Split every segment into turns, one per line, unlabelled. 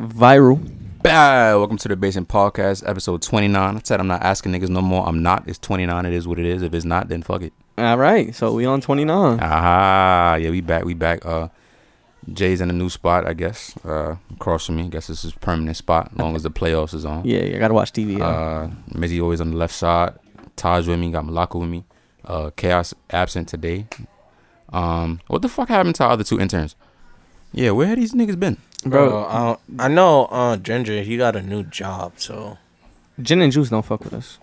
Viral.
Bah, welcome to the Basement Podcast, episode 29. I said I'm not asking niggas no more. I'm not. It's 29. It is what it is. If it's not, then fuck it.
All right, so we on 29.
Aha. Yeah, we back. We back. Uh, Jay's in a new spot, I guess. Uh, across from me. I guess this is permanent spot, as long as the playoffs is on.
Yeah, yeah, gotta watch TV. Yeah.
Uh, Mizzy always on the left side. Taj with me. Got Malaka with me. Uh, Chaos absent today. Um, what the fuck happened to our other two interns? Yeah, where had these niggas been?
Bro,
Bro, I, don't- I know uh, Ginger. He got a new job, so
gin and juice don't fuck with us.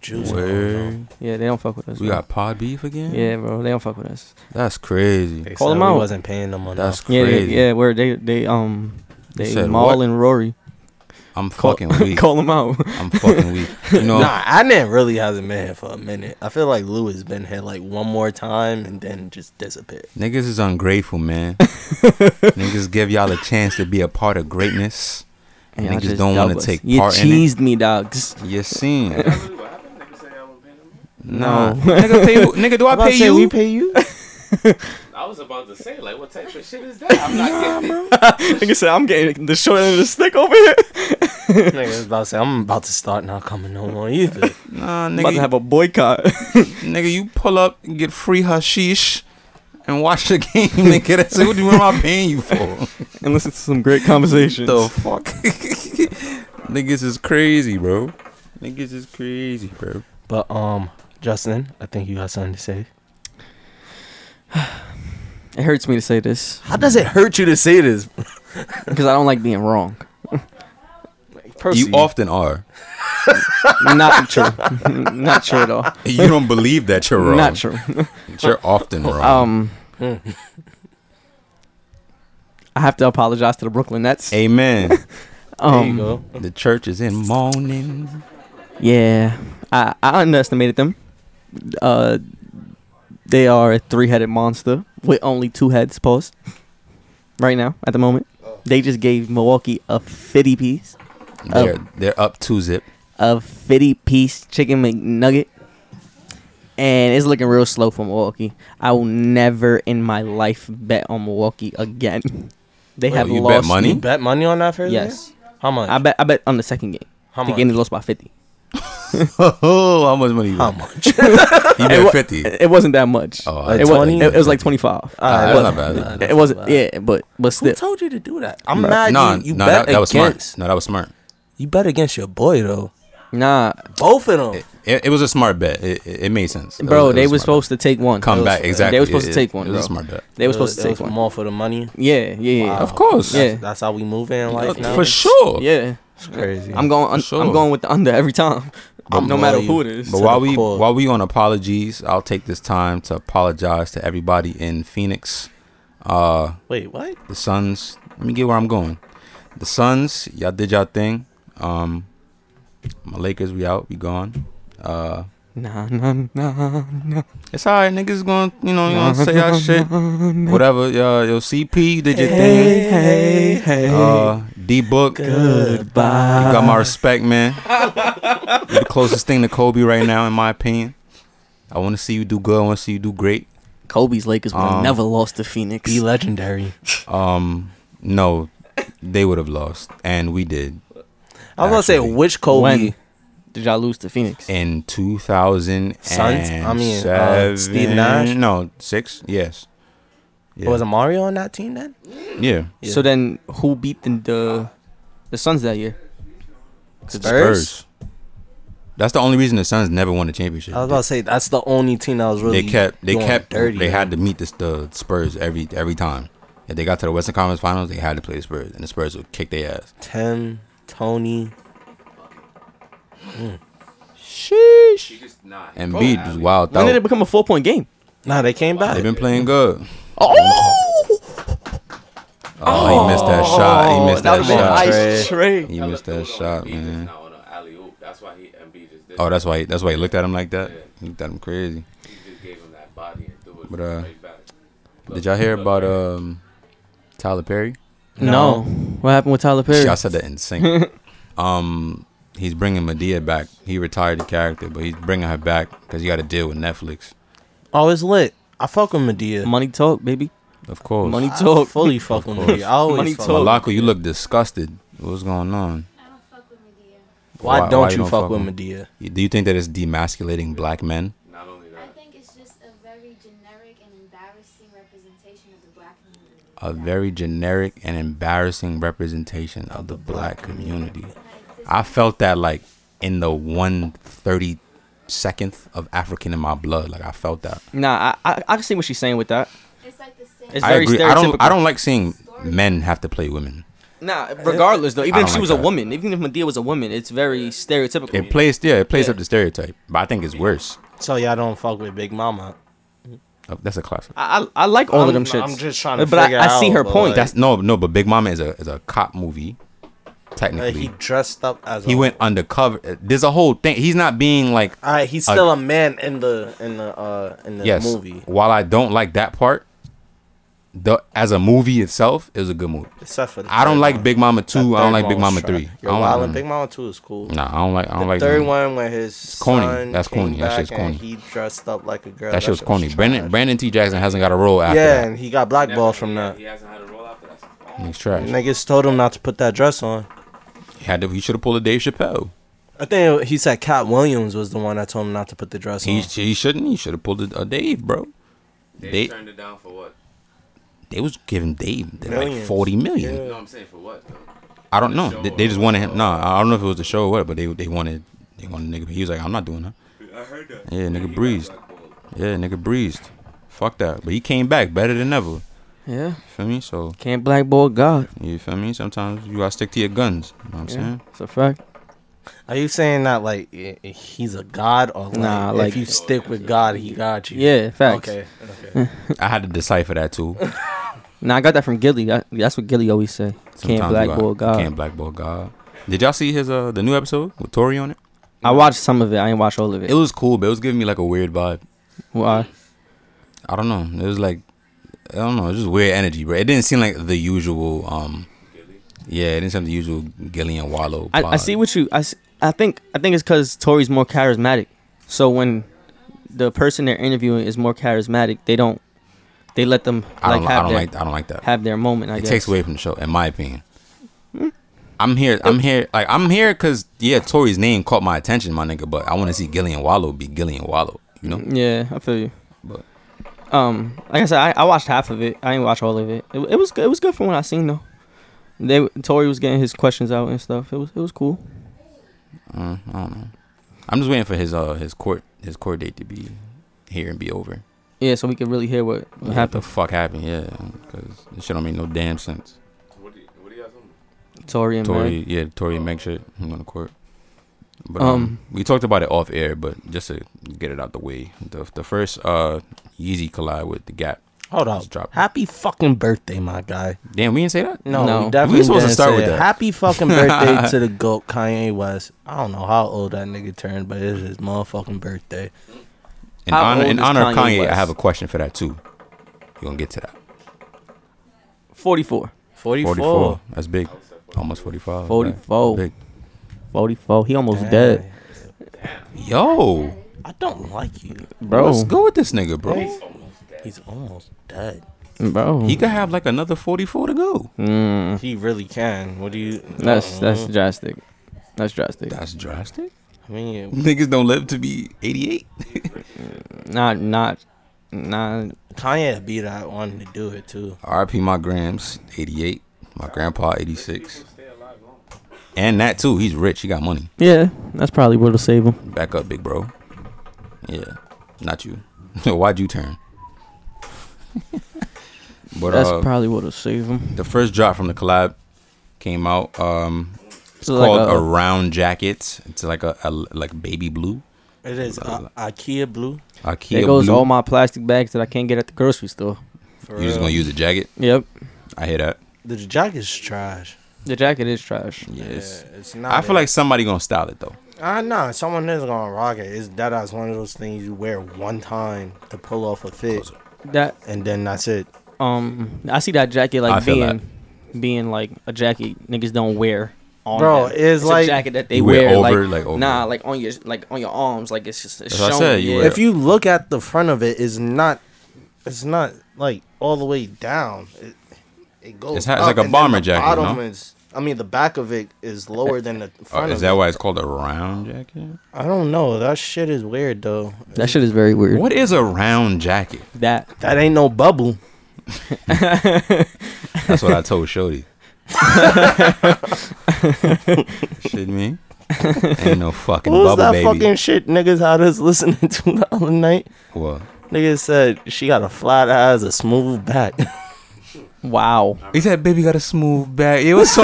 juice.
Word.
Yeah, they don't fuck with us.
We
bro.
got pod beef again.
Yeah, bro, they don't fuck with us.
that's crazy.
They
Call
said
him
we
out.
Wasn't paying them enough.
That's
Yeah, they,
crazy.
yeah, where they they um they
said
Maul
what?
and Rory
I'm
call,
fucking weak.
call them out.
I'm fucking weak. You know,
Nah, I didn't really hasn't been here for a minute. I feel like Lou has been here like one more time and then just disappeared.
niggas is ungrateful, man. niggas give y'all a chance to be a part of greatness.
And y'all
Niggas
just
don't wanna
dub us.
take
You
part in it.
cheesed me, dogs.
You seen?
No.
Nah. nigga, pay, nigga, do I
I'm about to
pay
say
you?
we pay you.
I was about to say, like, what type of shit is that? I'm not getting it.
Nigga said I'm getting the short end of the stick over here.
Nigga, I was about to say I'm about to start not coming no more either.
nah,
I'm about
nigga,
to have a boycott.
nigga, you pull up and get free hashish and watch the game, nigga. That's it. What do you what am I paying you for?
and listen to some great conversations.
the fuck? niggas is crazy, bro. Niggas is crazy, bro.
But um, Justin, I think you got something to say.
It hurts me to say this
How does it hurt you to say this?
because I don't like being wrong.
You often are.
Not true. Not true at all.
You don't believe that you're wrong.
Not true.
You're often wrong.
Um,
Mm.
I have to apologize to the Brooklyn Nets.
Amen.
There
Um,
you go.
the church is in mourning.
Yeah, I, I underestimated them. Uh, they are a three-headed monster with only two heads. Pause. Right now, at the moment, they just gave Milwaukee a fifty piece, Oh.
They're they're up two zip.
a fifty piece chicken McNugget, and it's looking real slow for Milwaukee. I will never in my life bet on Milwaukee again. They
Wait,
have
you bet
lost
money?
You bet money on that first.
Yes,
game? How much?
I bet. I bet on the second game.
How
the
much?
game they lost by fifty.
oh, how much money you
How
bet?
much?
You bet fifty.
It it wasn't that much.
Oh, I-
it, was,
20?
it, it was like twenty five.
Ah,
Alright,
that's not bad.
but- Nah, that's
It
not
wasn't.
bad.
Yeah, but but
Who
still,
told you to do that? I'm
Right.
mad.
No,
you you
no,
bet
that, that was
against.
smart. No, that was smart.
You bet against your boy though.
nah,
Both of them.
It, it, it was a smart bet. It, it, it made sense. It
bro.
was- it
they
was a
were
smart
supposed to take one.
bet. come
was-
back.
they
Exactly.
were supposed
It-
to take
it-
one,
It was a
bro.
smart bet.
They were
It was-
supposed to
it
take
was
one.
More for the money.
Yeah, yeah, yeah.
Of course.
That's,
Yeah.
that's how we move in life now.
for sure.
Yeah,
It's crazy.
I'm going. un-
sure.
I'm going with the under every time,
I'm
no matter
loyal.
who it is.
But
to
while
the
we
core.
while we on apologies, I'll take this time to apologize to everybody in Phoenix. Uh,
Wait, what?
the Suns. Let me get where I'm going. The Suns, y'all did y'all thing. Um, my Lakers, we out, we gone. Uh,
Nah, nah, nah, nah.
it's alright, niggas gonna, you know, you gonna say y'all shit, whatever. Yo, yo, CP did your thing.
hey, hey.
Uh, D Book, you
Goodbye.
got my respect, man. You're the closest thing to Kobe right now, in my opinion. I want to see you do good. I want to see you do great.
Kobe's Lakers would have
Um,
never lost to Phoenix.
Be legendary.
Um, no, they would have lost, and we did
I was gonna say
Actually,
which Kobe.
When did y'all lose to Phoenix?
in 2007.
Suns? I mean, uh, Steve Nash?
No, six. Yes. Yeah.
Was it Mario on that team then?
yeah.
Yeah.
So then, who beat the the, the Suns that year?
That's the only reason the Suns never won the championship.
I was about to say that's the only team that was really.
they kept. They
going
kept.
Dirty.
they had to meet this, the Spurs every every time. If they got to the Western Conference Finals, they had to play the Spurs, and the Spurs would kick their ass.
Tim, Tony.
She just, nah.
And
Go
Embiid
out.
was wild
When did it
out.
become a four point game?
Nah, they came back.
They've been playing good.
Oh,
Oh, he missed that shot. He missed
that
that,
was an
shot.
ice tray.
He
Tell
missed
the
that
dude on
shot,
Embiid is
man.
not on a alley-oop. That's why he Embiid just did.
Oh,
it.
that's why. That's why he looked at him like that. He looked at him crazy.
He just gave him that body and threw it
But, uh,
right back.
Did y'all hear about um Tyler Perry?
No.
No.
What happened with Tyler Perry?
Y'all said that in sync. um, he's bringing Medea back. He retired the character, but he's bringing her back because he got to deal with Netflix.
Oh, it's lit. I fuck with Medea.
Money talk, baby.
Of course.
Money
I
talk.
fully fuck with
course.
Medea. I always
Money
fuck
talk.
with-
Malako, you look disgusted. What's going on?
I don't fuck with Medea.
Why-
Why,
why
don't
you
you
don't
fuck,
fuck
with
with-
Medea?
Do you think that it's demasculating black men?
Not only
I
that,
think it's just a very generic and embarrassing representation of the black community.
A very generic and embarrassing representation of the black community.
Like, this
I felt that like in the one thirty secondth of African in my blood. Like I felt that.
Nah, I, I I can see what she's saying with that.
It's like the same.
It's
I
very
agree. I don't. I
stereotypical.
don't like seeing men have to play women.
Nah, regardless though, even
I
if
don't
she
like
was
that.
a woman, even if Medea was a woman, it's very stereotypical.
It plays. Yeah, it plays
Yeah.
up the stereotype. But I think it's worse.
So y'all don't fuck with Big Mama.
Oh, that's a classic.
I, I I like all
I'm,
of them shits.
I'm just trying to
But I-
figure
I see
out,
her
but,
point.
like,
That's no, no. But Big Mama is a is a cop movie.
like,
Uh,
Technically,
he dressed up as
he
a
went undercover. Uh, There's a whole thing. He's not being like
All right, he's
Uh,
still a man in the in the uh in the
yes.
movie.
While I don't like that part, the as a movie itself is a good movie.
Except for the
I don't
third
like
one.
Big Mama
That
two. I
third
don't like
one
Big
was
Mama
trash.
three. I
Yo,
don't,
Wild
mm,
and Big Mama two is cool.
Nah, I don't like. I don't
the
like
third
them.
one where his
corny.
son
That's
came
corny. That
back
shit's
and
corny.
He dressed up like a girl.
That shit was corny.
trash.
Brandon Brandon T Jackson hasn't got a role after
Yeah,
that.
and he got blackballed
Never-
from
yeah,
that.
He hasn't had a roll after that. so-
He's trash.
Niggas told him not to put that dress on.
He had to. He should have pulled a Dave Chappelle.
I think he said Cat Williams was the one that told him not to put the dress
He
on.
he shouldn't. He should have pulled a, a Dave, bro.
They,
They-
turned it down for what?
They was giving Dave they're like
Millions.
forty million.
You know what I'm saying? For what? Though?
I don't know.
Show
They, they just
or-
wanted him. Nah, I don't know if it was the show or what, but they they wanted they wanted nigga. He was like, I'm not doing that.
I heard that.
Yeah, nigga
He got
breezed.
blackballed.
Yeah, nigga breezed. Fuck that. But he came back better than ever.
yeah,
Feel me? So
can't blackball God.
you feel me? Sometimes you gotta stick to your guns. You know what I'm
Yeah,
saying?
it's a fact.
Are you saying that like i- i- he's a god or like,
Nah,
if
like-
you stick with God, he got you?
Yeah, facts.
Okay. Okay.
I had to decipher that too.
Nah, I got that from Gilly. I, that's what Gilly always say. can't
Sometimes you gotta-
blackball God.
Can't blackball God. Did y'all see his uh the new episode with Tori on it?
I watched some of it. I ain't watch all of it.
It was cool, but it was giving me like a weird vibe.
Why?
I don't know. It was like I don't know, it was just weird energy, bro. It didn't seem like the usual um yeah, it didn't seem the usual Gillian Wallow.
I, I
pod.
see what you. I, s- I think I think it's because Tori's more charismatic. So when the person they're interviewing is more charismatic, they don't. They let them
I
like
don't, I
have
don't
their
like I don't like that.
have their moment. I
it
guess.
takes away from the show, in my opinion.
Hmm?
I'm here. I'm here. Like I'm here because yeah, Tori's name caught my attention, my nigga. But I want to see Gillian Wallow be Gillian Wallow. You know,
Yeah, I feel you.
But-
um, like I said, I, I watched half of it. I didn't watch all of it. It, it was good. It was good from what I seen though. They Tori was getting his questions out and stuff. It was it was cool.
Uh, I don't know. I'm just waiting for his uh his court his court date to be here and be over.
Yeah, so we could really hear what, what
Like, What the
happened.
fuck happened? Yeah, because this shit don't make no damn sense.
What do you, what do you have on?
Tori and Meg.
Tori, yeah, Tori and Meg shit. I'm going to court. But um,
Um,
we talked about it off air, but just to get it out the way, the the first uh Yeezy collide with the Gap.
Hold
Just
up.
dropped.
Happy fucking birthday, my guy.
Damn, we didn't say that.
No,
No.
we definitely
We supposed to
didn't
start
say
with
it.
that.
Happy fucking birthday to the goat Kanye West. I don't know how old that nigga turned, but it's his motherfucking birthday.
In
How
honor,
old
in
is
honor of
Kanye
Kanye, I
West?
have a question for that too. You're gonna get to that.
Forty four.
44.
44. That's big. Almost 45.
44.
Big.
Forty four. He almost
Damn.
dead,
Yo,
I don't like you.
bro.
let's go with this nigga, bro.
He's almost dead.
Bro,
He could have like another 44 to go.
mm,
He really can. What do you?
that's
Oh.
Mm.
that's drastic. That's drastic.
That's drastic.
I mean,
Niggas don't live to be 88.
Not not not.
Kanye be that one to do it too.
RIP my grams, 88. My grandpa, 86.
People stay alive long.
And that too, he's rich. He got money.
Yeah, that's probably what'll save him.
Back up, big bro. Yeah, not you. Why'd you turn? but
That's
uh,
probably what'll save him.
the first drop from the collab came out. Um,
It's
called a, round jacket. It's like a, a like baby blue.
It is uh, IKEA blue.
Ikea
There goes
blue.
all my plastic bags that I can't get at the grocery store.
For
You're just gonna
real.
use a jacket.
Yep.
I hear that.
the jacket's trash.
The jacket is trash.
Yes.
Yeah, it's not.
I feel like somebody gonna style it though.
I know someone is gonna rock it. It's that ass one of those things you wear one time to pull off a fit,
That
and then that's it.
um, I see that jacket
I
like
feel
being being like a jacket niggas don't wear. On
Bro,
them.
it's
a
like-
jacket that they
You wear
wear,
over,
like,
like, over.
nah, like on your like on your arms, like it's just it's
That's what I
showing.
said, you
yeah.
wear-
If you look at the front of it, it's not it's not like all the way down. It, it goes.
It's ha- it's
up,
like a
and then
bomber
the
jacket,
Bottom
no?
is. I mean, the back of it is lower than the
Uh,
front.
is
of
that
it.
why it's called a round jacket?
I don't know. That shit is weird though.
That shit is very weird.
What is a round jacket?
That
That ain't no bubble.
That's what I told Shody. Shit me. Ain't no fucking
What was
bubble
that
baby.
fucking shit niggas had us listening to the other night?
What?
Niggas said she got a flat ass, a smooth back.
wow.
He said, "Baby got a smooth back." It was so.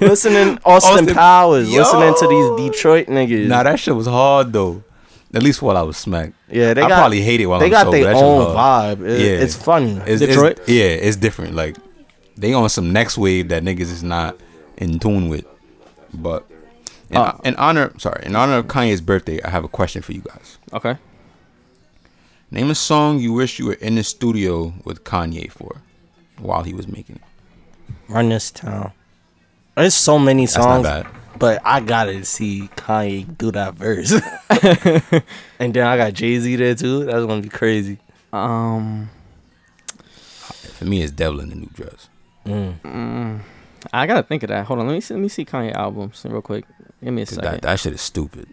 listening Austin,
Austin-
Powers,
Yo.
listening to these Detroit niggas.
nah, that shit was hard though. At least while I was smacked.
yeah, they
I
got
probably hate it while
they
I'm
got
sober.
their
That shit was
own
hard.
vibe. It-
Yeah.
It's funny.
It's,
Detroit?
It's, yeah, it's different. Like they on some next wave that niggas is not in tune with. But in,
Uh.
in honor, sorry, in honor of Kanye's birthday, I have a question for you guys.
Okay.
Name a song you wish you were in the studio with Kanye for while he was making it.
Run this town. There's so many
That's not
songs,
bad.
but I gotta see Kanye do that verse. and then I got Jay Z there too. That's gonna be crazy.
Um,
For me, it's Devil in the New Dress.
Mm.
mm, I gotta think of that. Hold on. Let me see. Let me see Kanye albums real quick. Give me a
Dude,
second.
that, that shit is stupid.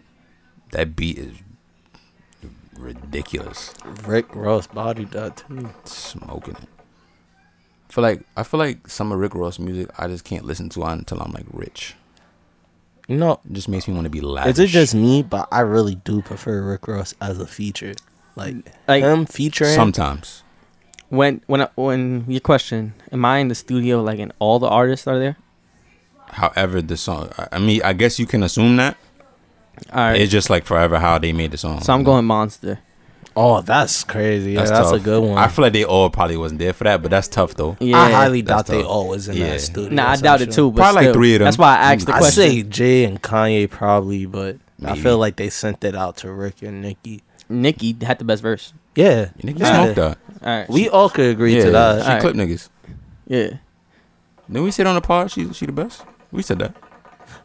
That beat is ridiculous.
Rick Ross body that too.
Smoking it. For like, I feel like some of Rick Ross' music I just can't listen to until I'm like rich.
You know,
It just makes me want to be lavish.
is it just me? But I really do prefer Rick Ross as a feature. Like,
Like-
him featuring.
sometimes?
when when I, when your question, am I in the studio like and all the artists are there?
However, the song. I- I mean, I guess you can assume that
All right.
it's just like forever how they made the song.
so I'm
you know?
going Monster.
oh, that's crazy. Yeah, that's, a
tough.
good one.
I feel like they all probably wasn't there for that, but that's tough though.
Yeah.
I highly doubt
that's
they
tough.
all was in
Yeah.
that studio.
Nah, I
or some
doubt it
shit.
too. But
Probably like
still,
three of them.
That's why I asked the
I
question.
say Jay and Kanye probably, but I
Maybe.
feel like they sent it out to Rick and Nicki.
Nicki had the best verse.
Yeah,
You niggas
Yeah.
smoked that.
All right.
we all could agree
yeah,
to that.
She
Alright.
clipped niggas.
yeah.
Then we sit on the pod. She she the best. We said that.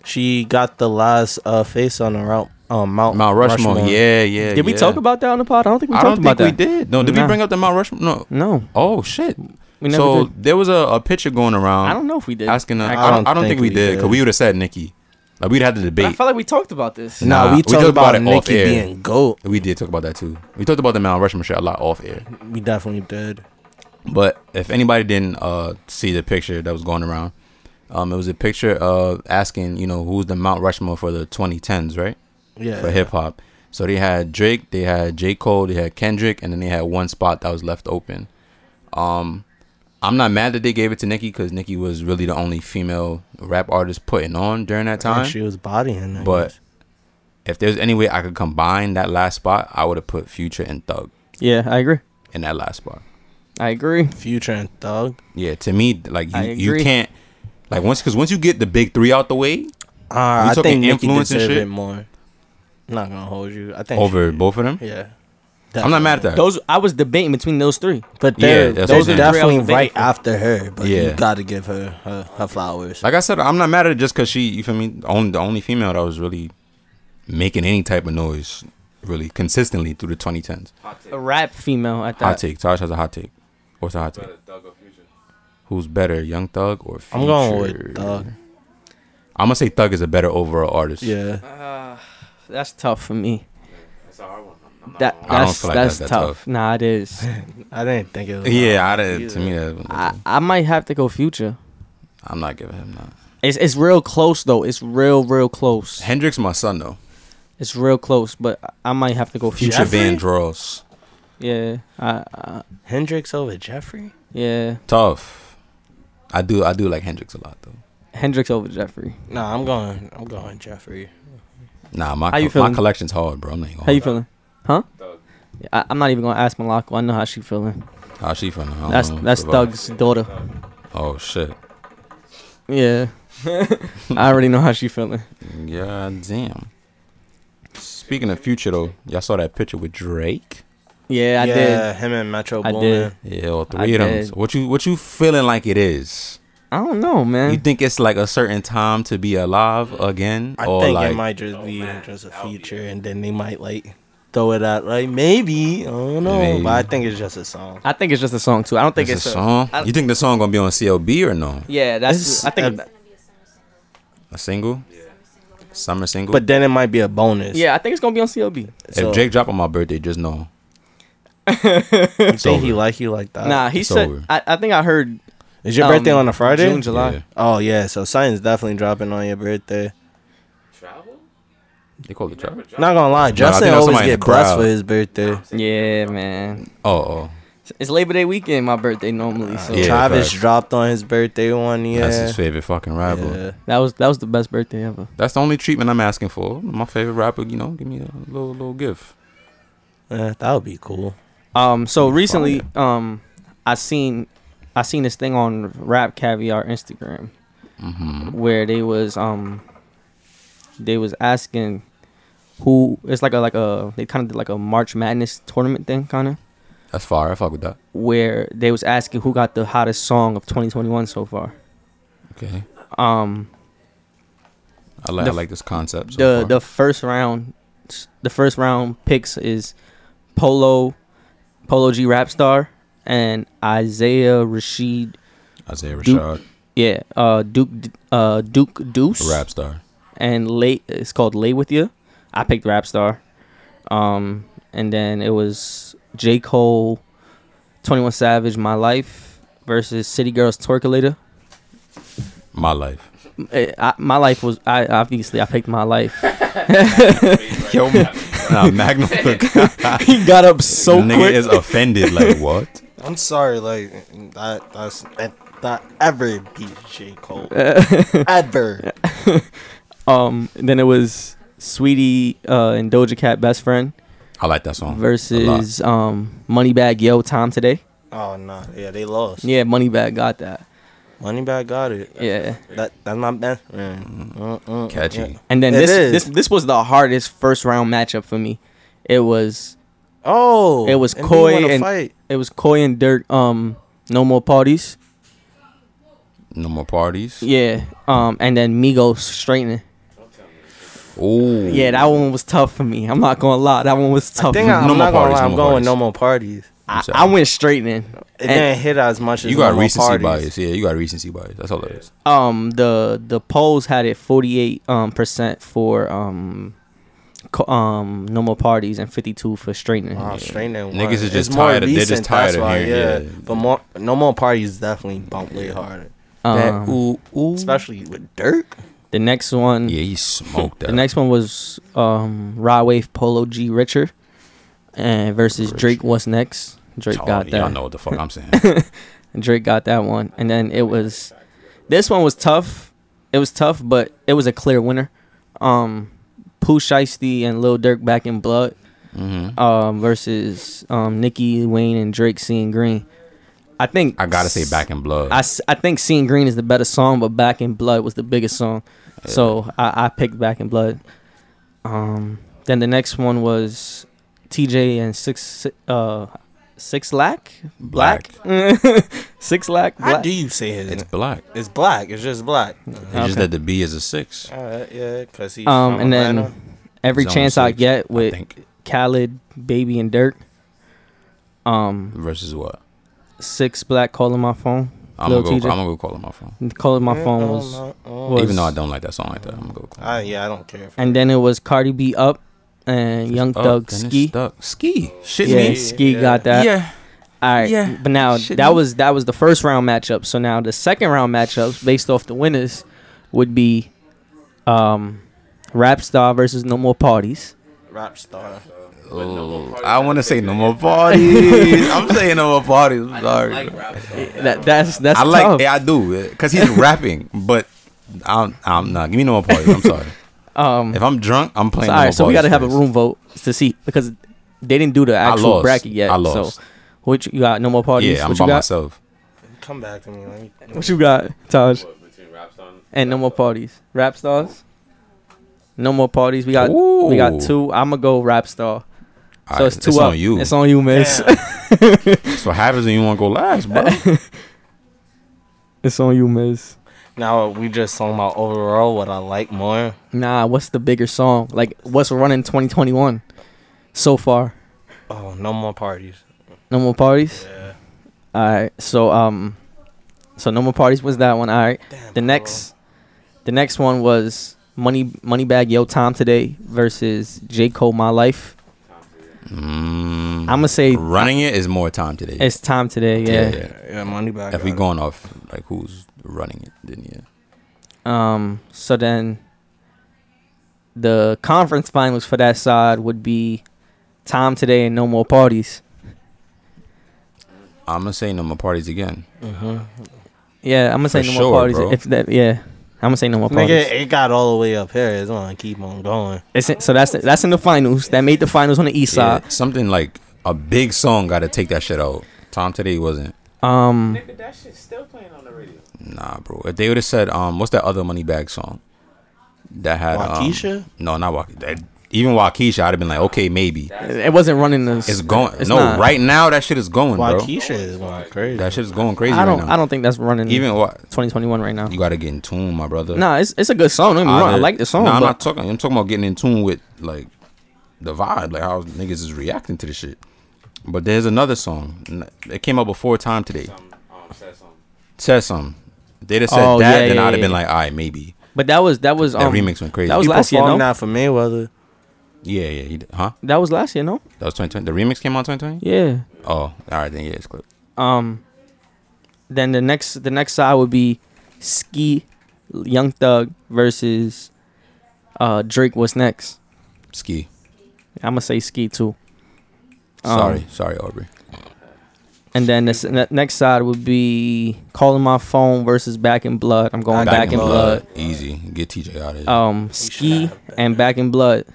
She got the last uh, face on the route, um, Mount,
Mount Rushmore. Yeah, yeah.
Oh, Did we
yeah.
talk about that on the pod? I don't think we
I
talked
don't
about
think we
that.
did. No, did we
Nah.
bring up the Mount Rushmore? No.
No,
Oh shit.
we never
So um,
did.
there was a, a picture going around.
I don't know if we did.
Asking. uh,
I
I I, don't, I don't think, we did because we would have said Nikki. Like we'd had the
But I
debate.
felt like we talked about this.
Nah,
Nah,
we
we
talked
talked
about,
about it off
Nicki
air.
being goat.
we did talk about that too. We talked about the Mount Rushmore shit a lot off air.
We definitely did.
But if anybody didn't uh, see the picture that was going around, um, it was a picture of asking, you know, who's the Mount Rushmore for the 2010s, right?
Yeah,
For hip hop. So they had Drake, they had J. Cole, they had Kendrick, and then they had one spot that was left open. Um, I'm not mad that they gave it to Nicki because Nicki was really the only female rap artist putting on during that
And
time.
she was bodying. niggas.
But- If there's any way I could combine that last spot, I would have put Future and Thug
Yeah, I agree.
in that last spot.
I agree.
Future and Thug,
Yeah, to me, like
I
you, you
agree.
can't like once because once you get the big three out the way
uh, I
talking
think Nicki
influence and
deserved
shit?
it more. Not gonna hold you. I think
over
she-
both of them,
Yeah,
I'm not mad at
Definitely.
that.
Those I was debating between those three.
But
Yeah,
they're,
that's
those
what
are
I'm saying.
definitely
Trailblazing.
right after her. But
Yeah.
you got to give her her, her flowers.
Like I said, I'm not mad at it just because she, you feel me, the only, the only female that was really making any type of noise, really consistently through the 2010s.
Hot take.
A rap female at that.
Hot take. Taj has a hot take. What's a hot take?
Better Thug or Future.
Who's better, Young Thug or Future?
I'm going with
uh,
Thug.
I'm gonna say Thug is a better overall artist.
Yeah,
Uh, that's tough for me.
That's a hard one. I'm- I'm not
That
gonna
I don't
that's
feel like
that's,
that's that
tough. Nah, it is.
I didn't think it was.
Yeah, I didn't, to me,
I,
that,
I might have to go Future.
I'm not giving him that.
It's it's real close though. It's real real close.
Hendrix, my son though.
It's real close, but I- I might have to go
Future
Future.
Van Dross,
Yeah, I, I,
Hendrix over Jeffrey.
yeah.
tough. I do, I do like Hendrix a lot though.
Hendrix over Jeffrey.
Oh,
Nah, I'm going. I'm going Jeffrey.
Nah, my
How you
co- my
feeling?
collection's hard, bro. I'm not even gonna
How you
hold
feeling?
Thug.
I, I'm not even gonna ask Malako. I know how she feeling.
it. How she feeling? I don't
That's
know.
that's
What about-
Doug's daughter.
Oh shit.
Yeah, I already know how she feeling.
Yeah, damn. Speaking of future though, y'all saw that picture with Drake.
Yeah, I did.
him and Metro
I
Boomin.
did.
Yeah, all
I
three of them.
did.
What you what you feeling like it is?
I don't know,
You
man.
think it's like a certain time to be alive again,
I
or
think
like
it might just be
Oh, man,
just a
that would be
feature,
it.
and then they might like throw it out like maybe I don't know,
Maybe.
but I think it's just a song.
I think it's just a song too. I don't think
It's
it's,
a song.
I-
you think the song gonna be on CLB or no?
Yeah,
It's-
that's. I think.
uh,
It's gonna be a summer single.
A single, summer single.
But then it might be a bonus.
yeah, I think it's gonna be on CLB.
if
so-
Drake drop on my birthday, just know.
you think he like you like that?
nah, he
it's over.
said. I, I think I heard
Is your
um,
birthday on a Friday?
June, July.
Yeah.
Oh yeah, so something's definitely dropping on your birthday.
Travel?
They call it
Never
drop.
drop.
Not gonna lie, Justin
think that's
always
somebody in
get
the
blessed
crowd.
for his birthday.
Yeah, man.
Oh, oh,
It's Labor Day weekend, my birthday normally. So
Yeah,
Travis
facts.
dropped on his birthday one year.
that's his favorite fucking rapper.
Yeah.
that was that was the best birthday ever.
That's the only treatment I'm asking for. My favorite rapper, you know, give me a little little gift.
Yeah, that would be cool.
Um, so recently, um, I seen I seen this thing on Rap Caviar Instagram
Mm-hmm.
where they was um they was asking who it's like a like a they kind of did like a March Madness tournament thing kind of
That's fire. I fuck with that.
where they was asking who got the hottest song of 2021 so far.
Okay,
Um,
I like
The
I like this concept.
the
So far.
the first round the first round picks is Polo Polo G Rapstar and Isaiah Rashid
Isaiah
Duke-
Rashad,
yeah uh Duke uh Duke Deuce
rap star.
and late it's called Lay with You I picked Rapstar um and then it was J Cole 21 Savage My Life versus City Girls Twerkulator
My life.
Eh, I, my life was I obviously I picked my life
Yo, nah, Magnum.
he got up so
nigga is offended. Like what?
I'm sorry, like that that's that, that ever be J. Cole. ever.
Um, then it was Sweetie uh, and Doja Cat best friend
I like that song. a lot.
versus um Moneybag Yo Tom today.
Oh no, yeah, they lost.
Yeah, Moneybag got that.
Moneybag got it.
Yeah,
That that's my best friend. Mm-mm.
catchy.
Yeah.
and then
It
this
is.
this this was the hardest first round matchup for me. It was
Oh,
It was
and we
Koi
wanna
and-
fight.
it was Koi and Dirt. Um, no more parties.
No more parties.
Yeah. Um, and then Migos straightening.
Oh.
Yeah, that one was tough for me. I'm not gonna lie, that one was
I
tough.
think
for
I,
me.
No
am
more
not gonna
parties, no
lie. I'm
more
going
parties.
no more parties.
I,
sorry.
I went straightening.
It
And-
didn't hit as much as
You got
no more
recency
parties.
bias. Yeah, you got recency bias. That's all it is.
um the the polls had it 48 um percent for um co- um no more parties and 52 for straightening
Wow, straining
Niggas is
It's
just
more
tired of- they're just
recent,
tired
that's
of
why,
hearing-
Yeah.
yeah.
but more no more parties definitely bump way harder,
um,
ooh, ooh.
especially with Dirk.
the next one
Yeah, he smoked that.
Mm. the next one was um raw wave polo g richer and versus drake what's next drake
Oh,
got
Y'all
that
know what the fuck I'm saying.
drake got that one and then it was this one was tough it was tough but it was a clear winner um Pooh Shiesty and Lil Durk back in blood
hmm
um, versus um, Nicki, Wayne, and Drake, Seeing Green. I think
I gotta say, Back in Blood.
I, s- I think Seeing Green is the better song, but Back in Blood was the biggest song. So I, I picked Back in Blood. Um, then the next one was TJ and Six uh, Six Lack
black.
Six Lack
How
Black.
do you say his?
It's
It's,
black.
it's black. It's just black.
It's
Okay.
just that the B is a six.
All right, yeah, cause he's
Um,
um,
and then every
Zone
chance I
Six,
get
I
with
think
Khaled, Baby, and Dirk. Um,
versus what?
Six Black calling my phone.
I'm
Lil
gonna go. I'm
TJ.
gonna go call him my phone.
Calling
Mm,
my phone was. was- Uh,
Even though I don't like that song like that, I'm gonna go call. him.
I, yeah, I don't care. If
And then it was Cardi B up and Young
Oh,
Thug
then it's
Ski.
Stuck. Ski. Shit
Yeah,
me.
Ski
Yeah.
got that.
Yeah.
All right.
yeah.
But now
Shit
that
me.
was that was the first round matchup. So now the second round matchups based off the winners would be um Rapstar versus No More Parties.
rap star.
Oh, I want to say no more parties. I'm saying no more parties. I'm sorry.
like rap songs.
That that's that's
I
tough.
like. Yeah, I do. eh, Cause he's rapping, but I'm. I'm not. Give me no more parties. I'm sorry.
um
If I'm drunk, I'm
so,
playing.
all
no more
right, so we
parties
gotta have a
first.
room vote to see because they didn't do the
I
actual
lost.
bracket yet.
I lost.
So what you got? No more parties.
yeah, I'm
what
by
you got?
myself.
Come back to me. Let me
What you got, Taj?
What, between rap songs
and no more parties. Rap stars. No more parties. We got we got
Ooh.
two. I'ma go rap star.
All
so
right,
it's two up.
on you.
It's on you, miss.
Damn.
That's what happens when you want to go last, bro.
it's on you, miss.
now we just talking about overall what I like more.
Nah, what's the bigger song? Like what's running 2021? so far?
Oh, no more parties.
No more parties.
Yeah.
All right. So um, so no more parties was that one. All right.
Damn,
The
bro.
next, the next one was Money Moneybag Yo Tom today versus J Cole My Life.
Mm,
I'ma say-
running it is more time today.
It's Tom today. Yeah.
Yeah, money back.
If we
out.
going off like who's running it, then yeah.
Um. So then, the conference finals for that side would be Tom today and no more parties.
I'm gonna say no more parties again.
Mm-hmm.
Yeah. I'm gonna say
For
no
sure,
more parties.
bro.
If that. Yeah. I'm gonna say no more parties.
Nigga, it got all the way up here. It's gonna keep on going.
It's in, so that's that's in the finals. That made the finals on the east
Yeah,
side.
something like a big song got to take that shit out. Tom today wasn't.
Um,
Nigga, that shit's still playing on the radio.
Nah, bro. If they would have said, um, what's that other money bag song that had
Waukesha?
Um, no, not Waukesha. Even Waukesha, I'd have been like, okay, maybe
it wasn't running the.
it's going.
it's
no,
not.
right now that shit is going, bro.
Waukesha is going crazy.
That shit is going crazy
I don't.
right now.
I don't think that's running.
Even what
2021 right now.
you gotta get in tune, my brother.
Nah, it's it's a good song. Don't get me wrong. I
Either-
like the song.
Nah, I'm
but
not talking. I'm talking about getting in tune with like the vibe, like how niggas is reacting to the shit. But there's another song. n- It came out before time today.
Some um, said something.
Said some. They'd have said
Oh,
that,
yeah,
then
yeah,
I'd have
yeah.
been like, all right, maybe.
but that was that was
That
um,
remix went crazy.
That was
You
last year,
performed
no?
that for Mayweather.
Yeah, yeah. he d- huh?
That was last year, no?
That was 2020. The remix came out 2020?
Yeah.
Oh, all right, then yeah, it's clip.
Um. Then the next the next side would be Ski, Young Thug versus uh Drake. What's next?
Ski.
I'm gonna say Ski too. Um,
Sorry, sorry, Aubrey.
And then the s- ne- next side would be Calling My Phone versus Back in Blood. I'm going Back, in Blood.
Easy. Get TJ out of here.
Um, Ski and Back in Blood.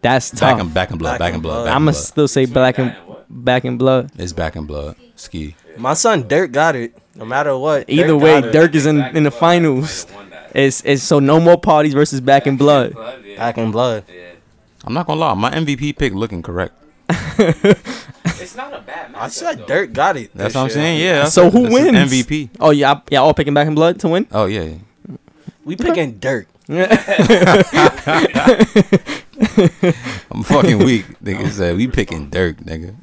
That's tough.
back and back and blood. Back and blood. Back
I'm
and
gonna
blood.
still say Black and
Nine, what?
Back in Blood.
It's back and blood. Ski.
My son Dirk got it. No matter what.
Either
Dirk
way,
got it.
Dirk is in
Back
in the
Blood might have
finals.
won that.
It's it's so no more parties versus Back in Blood.
Blood, yeah.
Back in blood.
Yeah.
I'm not gonna lie, my MVP pick looking correct.
It's not a bad match.
I said Dirk got it.
That's
this
what I'm
year.
saying. Yeah. that's
So
a-
who
that's an
wins?
MVP.
Oh yeah, I- yeah. All picking Back in Blood to win.
Oh yeah. yeah.
We picking Dirk.
I'm fucking weak. nigga said we picking Dirk, nigga.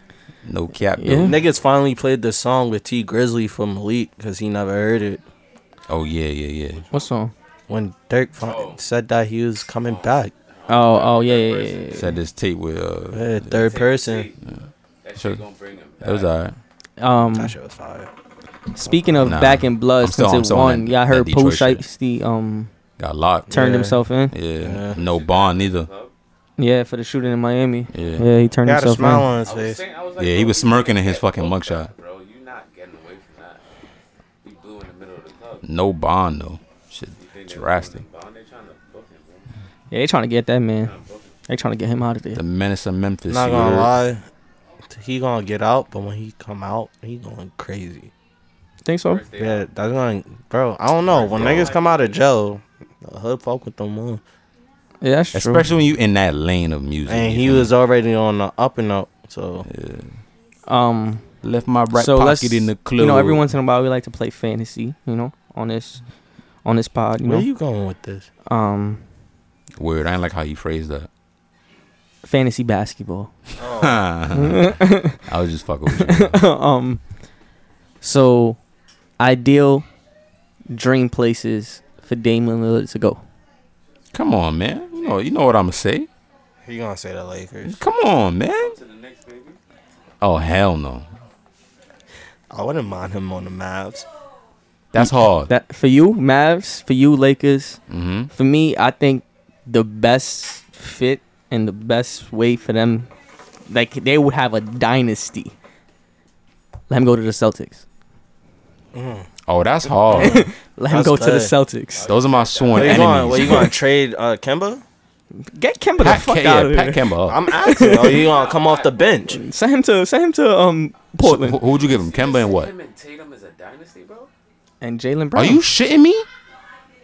no cap. though.
Yeah.
Niggas finally played the song with T Grizzly from Malik because he never heard it.
Oh yeah, yeah, yeah.
What song?
When Dirk fin-
Oh.
said that he was coming back,
Oh oh yeah yeah yeah. yeah,
Said this tape with uh
Yeah, third person.
Mm.
That
Sure.
shit gonna bring him.
it was
back.
alright.
yeah. Um,
That shit was fire.
speaking of
Nah.
Back in Blood,
I'm still- I'm
since it
still on
won,
that-
yeah, I
that
heard Pooh
Detroit shit.
Shiesty um
Got locked.
turned
Yeah.
himself in.
Yeah.
Yeah.
No bond neither.
Huh?
Yeah, for the shooting in Miami.
Yeah.
Yeah, he
He
turned
had a
himself
smile
in.
on his
I was
face.
saying, I was like,
Yeah, he
bro,
was
you
smirking
can't
in his
get
fucking
both
mugshot.
that, Bro, you not getting away from that. He blew in the middle of the club.
No bond though. Shit.
You think they
Drastic.
was going to bond? They trying to book him, bro.
Yeah, they trying to get that man.
Trying to book him.
They trying to get him out of there.
The menace of Memphis.
Not
you
gonna
heard?
lie, he gonna get out, but when he come out, he going crazy.
Think so?
First day
Yeah,
out.
that's going, bro. I don't know. When
Yeah.
niggas come out of jail, the hood fuck with them more.
Yeah, that's true.
Especially when you in that lane of music.
And
you
he
feel me?
was already on the up and up, so
Um,
left my right
so let's
pocket in the club.
you know every once in a while we like to play fantasy. You know on this on this pod. You
where
know
you going with this?
um
Weird. I ain't like how you phrased that.
fantasy basketball.
I was just fucking with you.
um, so ideal dream places for Damian Lillard to go.
Come on, man. You know, you know what I'ma say.
He gonna say the Lakers.
Come on, man.
To the next baby.
Oh hell no.
I wouldn't mind him on the Mavs.
That's hard.
That for you, Mavs. For you, Lakers.
hmm
For me, I think the best fit and the best way for them, like they would have a dynasty. Let him go to the Celtics.
Oh, that's hard.
Let him
That's
go to the
good.
Celtics.
Those are my sworn
Where you going? Where
enemies.
you going to trade uh, Kemba?
Get Kemba the
Pat,
fuck
Ke-
out of
yeah,
here.
Pat Kemba. Up.
I'm asking. Are you gonna come off the bench?
Send him to send him to um Portland
Who, would you give him? Kemba and what?
Him and Tatum is a dynasty, bro.
and Jalen Brown.
Are you shitting me?